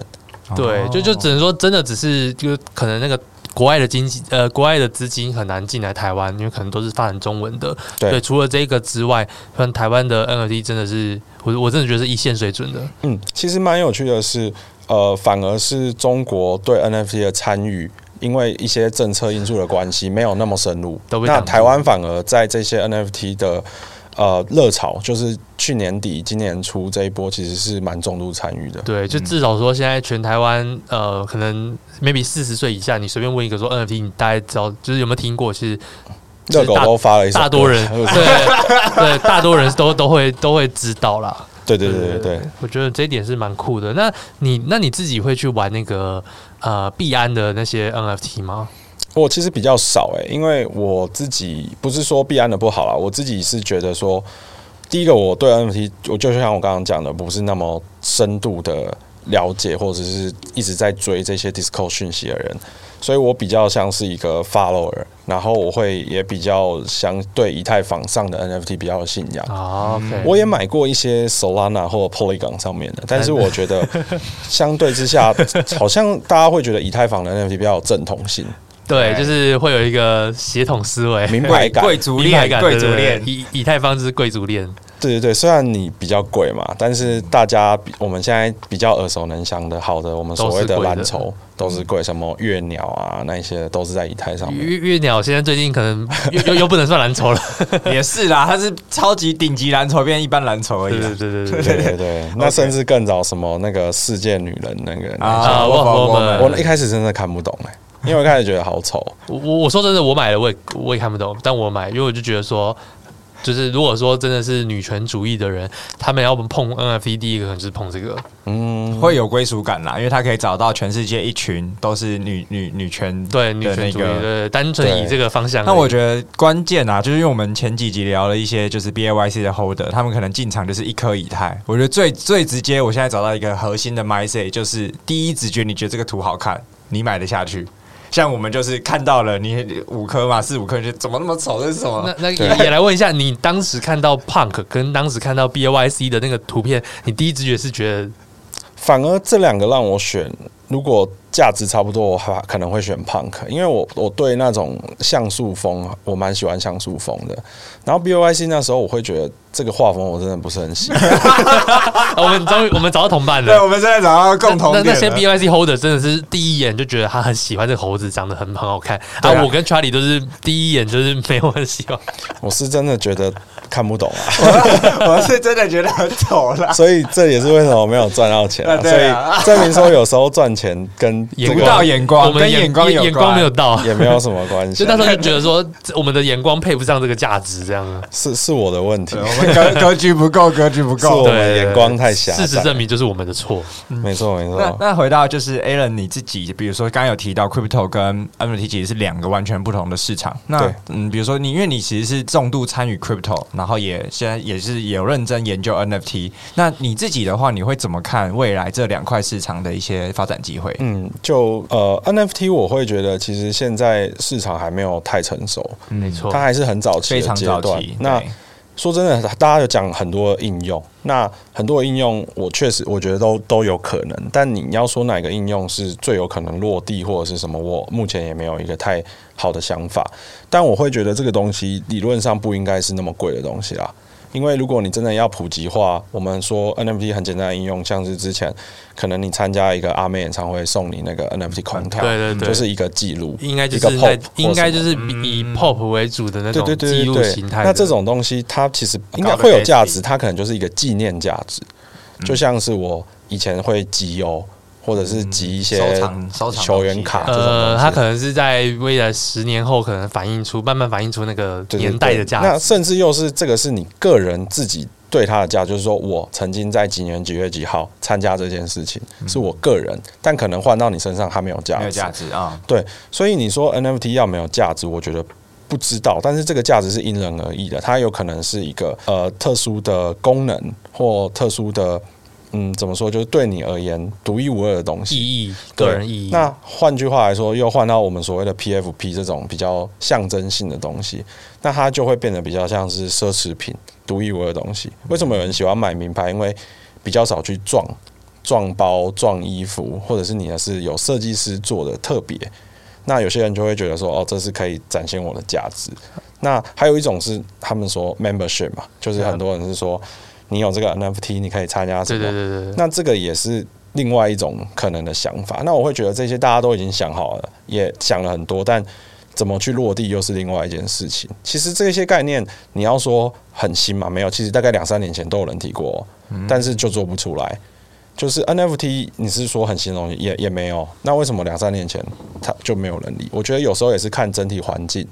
哦
对，就就只能说，真的只是就可能那个国外的经济，呃，国外的资金很难进来台湾，因为可能都是发展中文的。
对
除了这个之外，像台湾的 NFT 真的是，我我真的觉得是一线水准的。
嗯，其实蛮有趣的是，呃，反而是中国对 NFT 的参与。因为一些政策因素的关系，没有那么深入
都。被挡
那
住
台湾反而在这些 NFT 的呃热潮，就是去年底、今年初这一波，其实是蛮重度参与的。
对，
嗯
就至少说现在全台湾，呃，可能 maybe 四十岁以下，你随便问一个说 NFT，你大概知道就是有没有听过？其实
热狗
大
都发了一首歌，
大多人
对
对
<laughs>
对，大多人都都会都会知道啦。
<laughs> 对对对对对，
我觉得这一点是蛮酷的。那你那你自己会去玩那个呃币安的那些 NFT 吗？
我其实比较少诶、因为我自己不是说必安的不好啦，我自己是觉得说，第一个我对 NFT，我就像我刚刚讲的，不是那么深度的了解，或者是一直在追这些 Discord 讯息的人，所以我比较像是一个 follower，然后我会也比较相对以太坊上的 NFT 比较有信仰。
啊、o k
我也买过一些 Solana 或 Polygon 上面的，但是我觉得 <laughs> 相对之下，好像大家会觉得以太坊的 NFT 比较有正统性，
对，
对
就是会有一个血统思维，
明白
贵
感。
贵族
明白
恋，
感
贵族
对对对
恋，
<laughs> 以以太坊就是贵族恋，
对对对，虽然你比较贵嘛，但是大家比我们现在比较耳熟能详的，好的，我们所谓的蓝筹都是贵，什么月鸟啊那一些都是在以太上面。
月月鸟现在最近可能又又又不能算蓝
<laughs>
筹了，
也是啦，它是超级顶级蓝筹变一般蓝筹而
对
已啦
对。对对对。
对对对，那甚至更早什么那个世界女人那个，那
啊
我
我
我
我
些我一开始真的看不懂哎、因为我一开始觉得好丑，
我我我说真的，我买了我也我也看不懂，但我买，因为我就觉得说，就是如果说真的是女权主义的人，他们要碰 NFT，第一个可能就是碰这个，
嗯，
会有归属感啦，因为他可以找到全世界一群都是女女女权
对女权主义，
的
对
那个。
对单纯以
对
这个方向而已。
那我觉得关键啊，就是因为我们前几集聊了一些就是 B A Y C 的 holder，他们可能进场就是一颗以太。我觉得最最直接，我现在找到一个核心的 mindset，就是第一直觉你觉得这个图好看，你买得下去。像我们就是看到了你五颗嘛，四五颗，就怎么那么丑，这是什么
那？那
对
也也来问一下，你当时看到 Punk 跟当时看到 B A Y C 的那个图片，你第一直觉是觉得
反而这两个让我选，如果价值差不多，我还可能会选 Punk，因为我我对那种像素风，啊我蛮喜欢像素风的。然后 B O I C 那时候我会觉得这个画风我真的不是很喜欢。
<laughs>
啊我们终于我们找到同伴
对，
了。
我们现在找到共同
那
点了。
那些 B Y C holder 真的是第一眼就觉得他很喜欢这个猴子，长得很很好看啊
对啊
我跟 Charlie 都是第一眼就是没有很喜欢，
我是真的觉得看不懂啊，
<laughs> 我是真的觉得很丑啦。
所以这也是为什么没有赚到钱、啊。
啊
所
对啊
以证明说有时候赚钱跟这
眼
不
光
到
个
眼光
我们
哦跟眼光有
眼光
关
没有
<laughs>
到，
也没有什么关系啊
<laughs> 就，那时候就觉得说这我们的眼光配不上这个价值，这样啊。
是是我的问题
对，我们格格局不够，格局不
是
够。
我们眼光太狭
事实
窄。
证明就是我们的错。
没错没
那
错，
那回到就是 Alan 你自己，比如说刚刚有提到 crypto 跟 NFT 其实是两个完全不同的市场。那
对
嗯，比如说你，因为你其实是重度参与 crypto，然后也现在也是有认真研究 NFT。那你自己的话，你会怎么看未来这两块市场的一些发展机会？
嗯，就呃 NFT 我会觉得其实现在市场还没有太成熟，
没错
它，还是很早
嗯
期
非
的
常
嗯阶
早
段
期。。
那
对
说真的，大家有讲很多应用，那很多应用我确实我觉得都都有可能，但你要说哪个应用是最有可能落地或者是什么，我目前也没有一个太好的想法。但我会觉得这个东西理论上不应该是那么贵的东西啦。因为如果你真的要普及化，我们说 NFT 很简单的应用，像是之前可能你参加一个阿妹演唱会送你那个 NFT 空调，
对对对
就是一个记录，
应该就
一个
是在
pop 或
应该就是
嗯
以 pop 为主的那
对
种
对
记
对
录
对
形
对，
态的。
那这种东西它其实应该
高的
会有价
ASP
值，它可能就是一个纪念价值，就像是我以前会集邮，或者是集一些
收藏收藏
球员卡
东西
这种东
呃，
西
它可能是在未来十年后，可能反映出慢慢反映出那个
对对
年代的价
对那
值。
甚至又是这个是你个人自己对它的价，值，就是说我曾经在几年几月几号参加这件事情，是我个人，但可能换到你身上它没有价
没有
值
价。值啊，
对，所以你说 NFT 要没有价值，我觉得不知道，但是这个价值是因人而异的，它有可能是一个呃特殊的功能或特殊的嗯怎么说，就是对你而言独一无二的东
意
西。
义，
对
个人意义。
那换句话来说，又换到我们所谓的 PFP 这种比较象征性的东西，那它就会变得比较像是奢侈品、独一无二的东西。为什么有人喜欢买名牌？因为比较少去撞撞包、撞衣服，或者是你的是有设计师做的特别。那有些人就会觉得说，哦，这是可以展现我的价值。那还有一种是他们说 membership 嘛，就是很多人是说，你有这个 NFT，你可以参加什
对
么
对对对对，
那这个也是另外一种可能的想法。那我会觉得这些大家都已经想好了，也想了很多，但怎么去落地又是另外一件事情。其实这些概念，你要说很新嘛，没有，其实大概两三年前都有人提过哦、但是就做不出来。就是 NFT，你是说很新的东西，也也没有。那为什么两三年前它就没有人理？我觉得有时候也是看整体环境。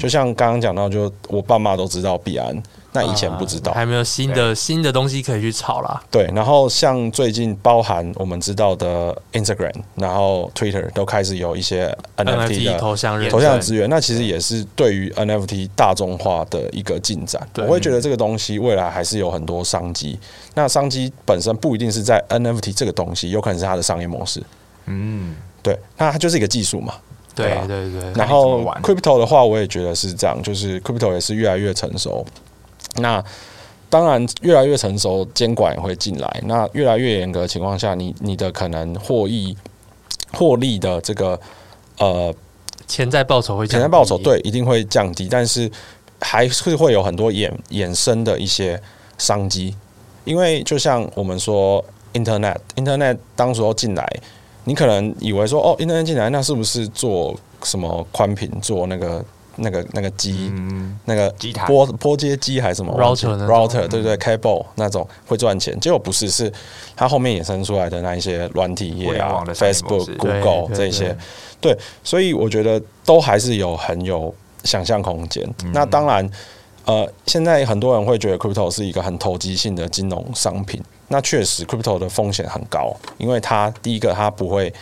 就像刚刚讲到，就我爸妈都知道币安，那以前不知道。
还没有新的新的东西可以去炒啦。
对，然后像最近包含我们知道的 Instagram，然后 Twitter 都开始有一些 NFT
NFT
的
头像认
头像的
证，
资源，那其实也是对于 NFT 大众化的一个进展。
对
我会觉得这个东西未来还是有很多商机。那商机本身不一定是在 NFT 这个东西，有可能是它的商业模式。
嗯，
对，那它就是一个技术嘛。
对
啊
对对对，
看
然
你怎么
后
玩
crypto 的话，我也觉得是这样，就是 crypto 也是越来越成熟。那当然，越来越成熟，监管也会进来。那越来越严格的情况下，你你的可能获益获利的这个呃
潜在报酬会
潜
降
在报酬
低，
对一定会降低，但是还是会有很多衍衍生的一些商机，因为就像我们说 Internet Internet 当时候进来，你可能以为说哦 Internet 进来，那是不是做什么宽频，做那个那个那个机、
嗯，
那个
机台
波波接机还是什么
Router 那种嗯
router 对不对？cable 那种会赚钱，结果不是，是它后面衍生出来的那一些软体
互
业
联
啊
网的商业模式
，Facebook、Google
对对
这些，对，所以我觉得都还是有很有想象空间。
嗯
那当然，呃，现在很多人会觉得 crypto 是一个很投机性的金融商品，那确实 crypto 的风险很高，因为它第一个它不会，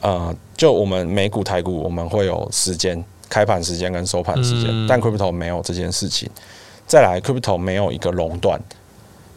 呃，就我们美股、台股我们会有时间开盘时间跟收盘时间，
嗯
但 crypto 没有这件事情。再来，crypto 没有一个垄断，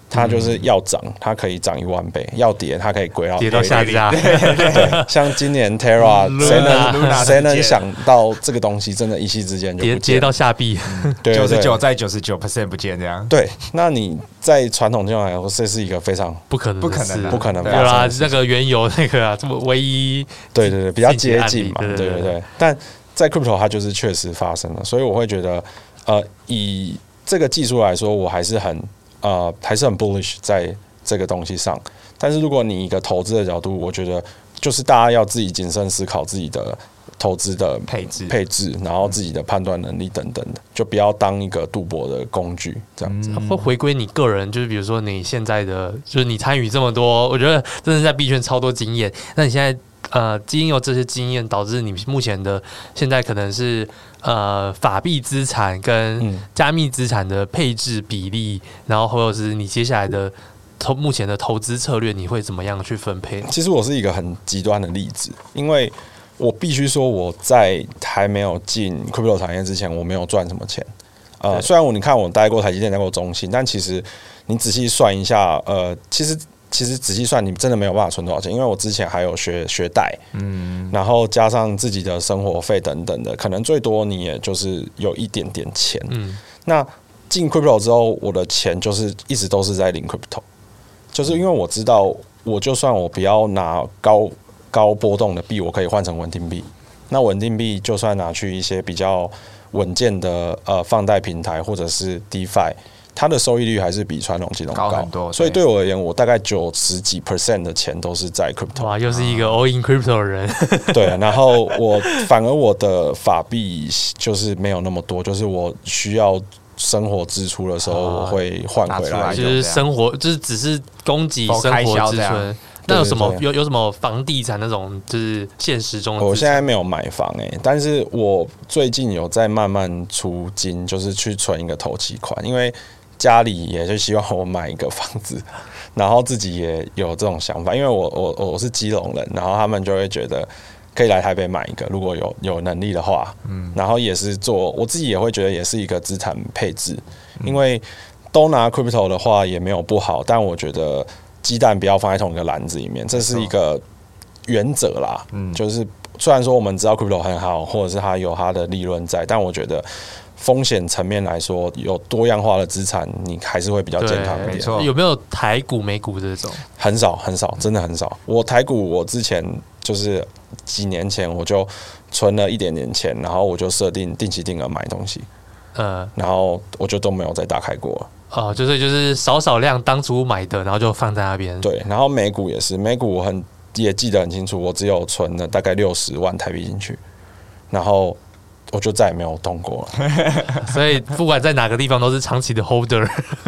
它就是要涨，它可以涨一万倍；要跌，它可以归到
嗯跌到下家。
对， <laughs> 像今年 Terra，
<laughs> 嗯
谁
Luna
能谁能
直接
想到这个东西真的一夕之间就
跌
不见
跌
了
到下币，
对
九
对
十
对
九再九十九 percent 不见这样，
对，那你在传统金融来说，这是一个非常
不可能的
不可
事，
能啊
不可能
对
发
对啦
生，的事
那个原油那个啊，这么唯一
对对对，比较接
案
近
例
嘛，
对
对
对
对
对
对。但在 crypto 它就是确实发生了，所以我会觉得，呃，以这个技术来说，我还是很呃还是很 bullish 在这个东西上。但是如果你以一个投资的角度，我觉得就是大家要自己谨慎思考自己的投资的
配置
配置，然后自己的判断能力等等的，就不要当一个赌博的工具这样
嗯
子。
会回归你个人，就是比如说你现在的，就是你参与这么多，我觉得真的在币圈超多经验。那你现在呃，经由这些经验，导致你目前的现在可能是呃法币资产跟
嗯
加密资产的配置比例，然后或者是你接下来的投目前的投资策略，你会怎么样去分配？
其实我是一个很极端的例子，因为我必须说我在还没有进 crypto 产业之前，我没有赚什么钱。呃，虽然我你看我待过台积电，待过中信，但其实你仔细算一下，呃，其实其实仔细算，你真的没有办法存多少钱，因为我之前还有学学贷，嗯，然后加上自己的生活费等等的，可能最多你也就是有一点点钱。
嗯，
那进 crypto 之后，我的钱就是一直都是在领 crypto，就是因为我知道，我就算我不要拿高高波动的币，我可以换成稳定币。那稳定币就算拿去一些比较稳健的呃放贷平台或者是 DeFi，它的收益率还是比传统金融高
高很多
所以
对
对我而言，我大概九十几 percent 的钱都是在 crypto。
哇，又是一个 all in crypto
<laughs>
的人，
对，然后我反而我的法币就是没有那么多，就是我需要生活支出的时候，
哦
我会换
啊拿
回
出来
来
就
用
是生活，就是只是供给
否
生
开
活
销
支
这样
出。那有什么
哦对对
有有什么房地产那种就是现实中的资产？
我现在没有买房诶、但是我最近有在慢慢出金，就是去存一个头期款，因为家里也就希望我买一个房子，然后自己也有这种想法，因为我我我是基隆人，然后他们就会觉得。可以来台北买一个，如果有有能力的话，嗯，然后也是做我自己也会觉得也是一个资产配置，因为都拿 crypto 的话也没有不好，但我觉得鸡蛋不要放在同一个篮子里面，这是一个原则啦，嗯，就是虽然说我们知道 crypto 很好，或者是它有它的利润在，但我觉得风险层面来说，有多样化的资产，你还是会比较健康一
对
点。
没错
有没有台股、美股这种？
很少很少，真的很少。我台股，我之前就是几年前我就存了一点点钱，然后我就设定定期定额买东西，
呃，
然后我就都没有再打开过了。
哦，就是就是少少量当初买的，然后就放在那边。
对，然后美股也是，美股我很也记得很清楚，我只有存了大概六十万台币进去，然后我就再也没有动过了。<laughs>
所以不管在哪个地方都是长期的 holder。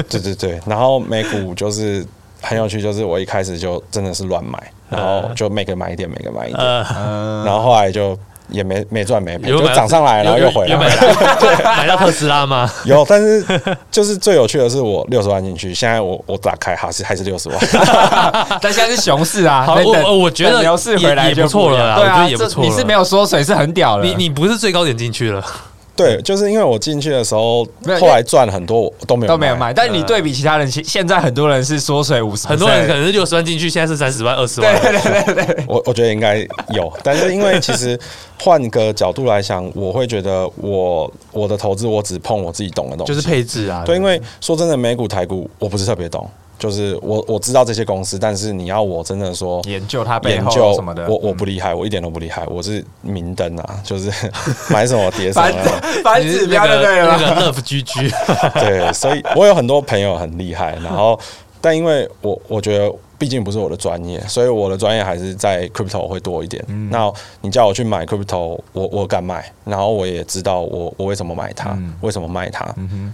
对对对，然后美股就是很有趣，就是我一开始就真的是乱买，然
嗯
后就每个买一点，每个买一点，
呃，
嗯，
<laughs> 然后后来就也没没赚没赔，
有
就
买到
涨上来，然后又回
有有
来。 <laughs>
买到买到特斯拉吗？
有，但是就是最有趣的是，我六十万进去，现在我我打开还是还是六十万， <laughs>
<laughs> 但现在是熊市啊，
好
等
我
等
我我觉得
等牛市
也
回来
也
就
不错
一样
了啦
对
我觉
啊，
得也不
这
错
你
了
是没有缩水，是很屌
<laughs>
了。
你你不是最高点进去了，
对，就是因为我进去的时候
没有，
后来赚很多，我都没有
都没有
卖，
买，但你对比其他人，其现在很多人是缩水五十，
呃很多人可能是六十万进去，现在是三十万、二十
对
万。
对对对对，
我我觉得应该有，但是因为其实换个角度来想，我会觉得我我的投资我只碰我自己懂的东西，
就是配置啊，
对，因为说真的，美股、台股我不是特别懂，就是我我知道这些公司，但是你要我真的说
研究它背
研
后
究
什么的，嗯
我我不厉害，我一点都不厉害，我是明灯啊，就是 <laughs> 买什么跌什
<laughs> 反
么。
反
你是
指
那
标就
个
对
那
了。
个 Love GG，
对，所以我有很多朋友很厉害，然后但因为我我觉得毕竟不是我的专业，所以我的专业还是在 crypto 会多一点。
嗯
那你叫我去买 crypto，我我敢买，然后我也知道我我为什么买它，
嗯
为什么卖它，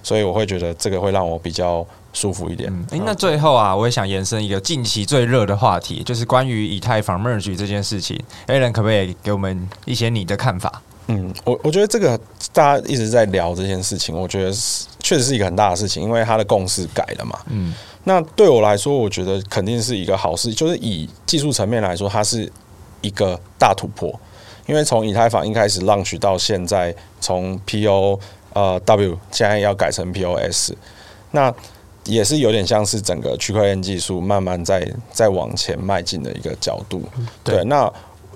所以我会觉得这个会让我比较舒服一点。
哎、那最后啊，我也想延伸一个近期最热的话题，就是关于以太坊 merge 这件事情。Alan 可不可以给我们一些你的看法？
嗯，我我觉得这个大家一直在聊这件事情，我觉得是确实是一个很大的事情，因为它的共识改了嘛。
嗯，
那对我来说，我觉得肯定是一个好事，就是以技术层面来说，它是一个大突破。因为从以太坊一开始 launch 到现在，从 PO 呃 W 现在要改成 POS，那也是有点像是整个区块链技术慢慢在在往前迈进的一个角度。
对
对，那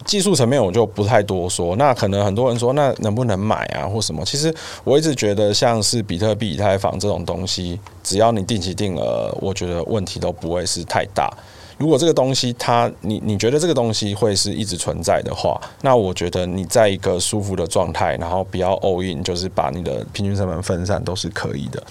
技术层面我就不太多说。那可能很多人说，那能不能买啊，或什么？其实我一直觉得，像是比特币、以太坊这种东西，只要你定期定额，我觉得问题都不会是太大。如果这个东西它，你你觉得这个东西会是一直存在的话，那我觉得你在一个舒服的状态，然后不要 all in，就是把你的平均成本分散都是可以的。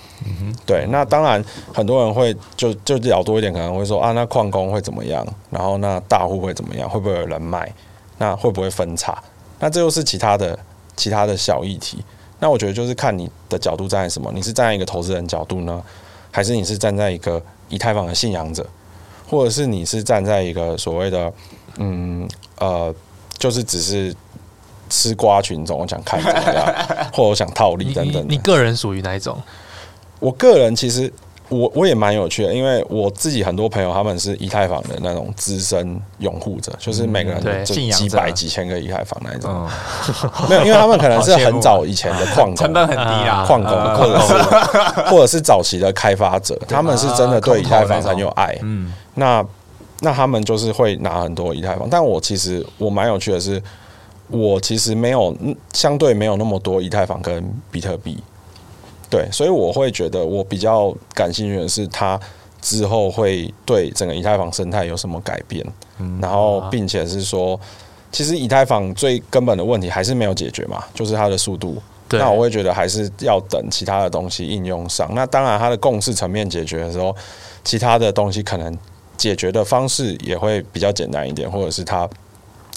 对，那当然很多人会就就聊多一点，可能会说啊，那矿工会怎么样？然后那大户会怎么样？会不会有人卖？那会不会分叉？那这又是其他的其他的小议题。那我觉得就是看你的角度站在什么，你是站在一个投资人角度呢，还是你是站在一个以太坊的信仰者，或者是你是站在一个所谓的嗯呃，就是只是吃瓜群众，我想看怎么样，或者我想套利
你
等
你
等的
你个人属于哪一种？
我个人其实我我也蛮有趣的，因为我自己很多朋友他们是以太坊的那种资深拥护者，就是每个人
对
就
嗯信仰
几
者
百几千个以太坊那一种，
嗯，
没有，因为他们可能是
好羡慕啊
很早以前的
<laughs>
矿
成
工。
本很低啦，
矿工，
呃
或者是或者是早期的开发
<laughs>
者，他们是真的
啊
对以太坊很有爱。
嗯，
那那他们就是会拿很多以太坊，但我其实我蛮有趣的是，我其实没有嗯相对没有那么多以太坊跟比特币，对，所以我会觉得我比较感兴趣的是它之后会对整个以太坊生态有什么改变，然后并且是说，其实以太坊最根本的问题还是没有解决嘛，就是它的速度。
对
那我会觉得还是要等其他的东西应用上。那当然，它的共识层面解决的时候，其他的东西可能解决的方式也会比较简单一点，或者是它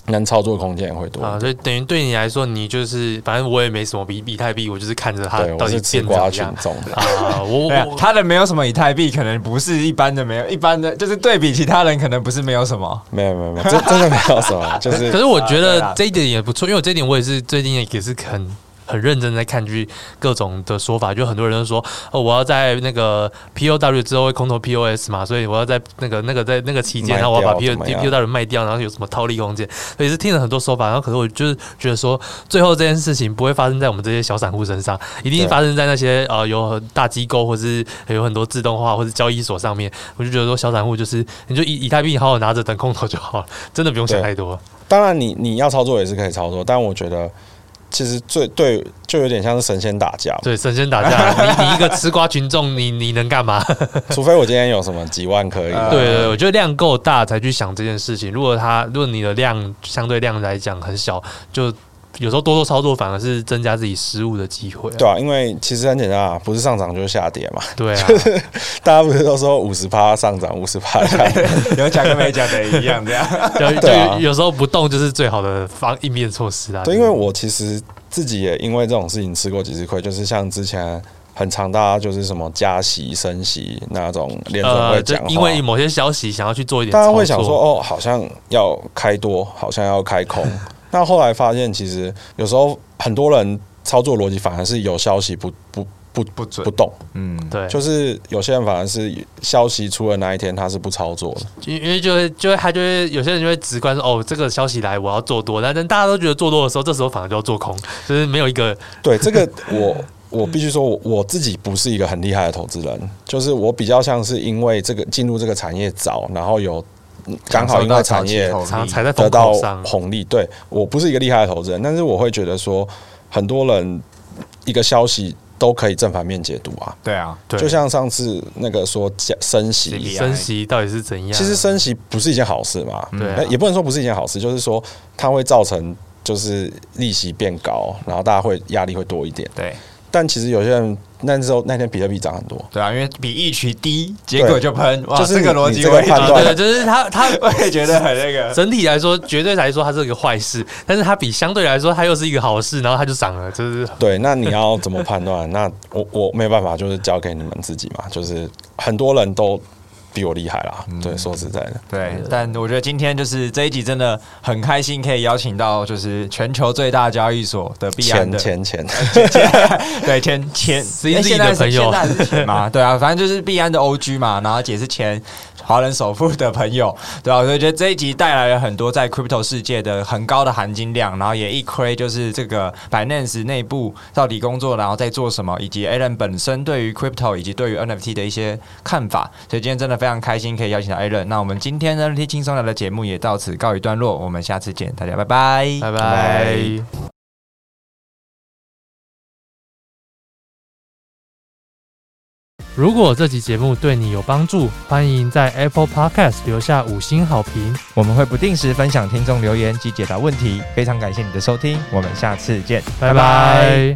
能操作空间也会多一
啊，
点。
所以等于对你来说，你就是反正我也没什么比比特币，我就是看着它
对，
到
我
底
是吃
变怎么
瓜群
样
众的。<laughs>
啊。我
对啊
我，
他的没有什么以太币，可能不是一般的没有，一般的就是对比其他人，可能不是没有什么。 <laughs>
没有没有没有，这 <laughs> 真的没有什么，就
可
是
是我觉
啊对
得
啦
这一点也不错，因为我这一点我也是最近也是很很认真在看去各种的说法，就很多人都说哦，我要在那个 POW 之后会空投 POS 嘛，所以我要在那个那个在那个期间，
卖
然后我要把
掉
PO
怎么样
POW 卖掉，然后有什么套利空间，所以是听了很多说法，然后可是我就是觉得说，最后这件事情不会发生在我们这些小散户身上，一定
对
发生在那些呃有很大机构或是呃有很多自动化或是交易所上面，我就觉得说小散户就是你就以以太币好好拿着等空投就好了，真的不用想
对
太多。
当然你你要操作也是可以操作，但我觉得其实最对就有点像是神仙打架嘛，
对，神仙打
<laughs>
架，你你一个吃瓜群众，你你能干嘛？
除非我今天有什么几万可以，
呃
对对，对我觉得量够大才去想这件事情。如果他如果你的量相对量来讲很小，就有时候多多操作反而是增加自己失误的机
<laughs>
会、
对啊，因为其实很简单啊，不是上涨就是下跌嘛。 <laughs>
对 <laughs> 啊，
大家不是都说五十趴上涨，五十趴下跌？
有讲跟没讲的一样，这样。
就
<laughs>
就
对啊
有有时候不动就是最好的方应变措施啊。
对，因为我其实自己也因为这种事情吃过几次亏，就是像之前很常大家就是什么加息、升息那种联准
呃，
会
就
讲话，
因为某些消息想要去做一点操
大
作，
家会想说，哦，好像要开多，好像要开
<laughs>
空。那后来发现，其实有时候很多人操作逻辑反而是有消息不不不
不准
不动，
<laughs> 嗯，
对，
就是有些人反而是消息出的那一天他是不操作的。
因因为就会就会他就会有些人就会直观说哦，这个消息来我要做多，但但大家都觉得做多的时候，这时候反而就要做空，就是没有一个
对这个我。我必须说我，我自己不是一个很厉害的投资人，就是我比较像是因为这个进入这个产业早，然后有刚好因为产业
常踩在
得
风
到
口上，
红利。对我不是一个厉害的投资人，但是我会觉得说，很多人一个消息都可以正反面解读啊。
对啊，
对，
就像上次那个说加升息，
CPI
升息到底是怎样？
其实升息不是一件好事嘛，
对啊
那也不能说不是一件好事，就是说它会造成就是利息变高，然后大家会压力会多一点。
对
但其实有些人那时候那天比特币涨很多，
对啊，因为比疫区低，结果就喷，哇，
就是
这
你
个逻辑
你这
我
个
也
判断
对，就是它它
<laughs> 我也觉得很那 <laughs>
<laughs>
个。
整体来说，绝对来说它是一个坏事，但是它比相对来说它又是一个好事，然后它就涨了，就是
对，那你要怎么判断？那我我没办法，就是交给你们自己嘛。就是很多人都比我厉害啦，对，说实在的，
对，但我觉得今天就是这一集真的很开心，可以邀请到就是全球最大交易所的币安
钱
的
钱钱，
<laughs> 对，前
<laughs>
前
CZ
诶现在是
的朋
现
友
在是前嘛，对啊，反正就是币安的 OG 嘛，然后也是前华人首富的朋友，对啊，所以觉得这一集带来了很多在 crypto 世界的很高的含金量，然后也一窥就是这个 Binance 内部到底工作，然后在做什么，以及 Alan 本身对于 crypto 以及对于 NFT 的一些看法，所以今天真的非常开心可以邀请到 Alan。那我们今天 NFT 轻松聊的节目也到此告一段落，我们下次见，大家拜拜，
拜拜。
如果这集节目对你有帮助，欢迎在 Apple Podcast 留下五星好评。
我们会不定时分享听众留言及解答问题，非常感谢你的收听，我们下次见，
拜拜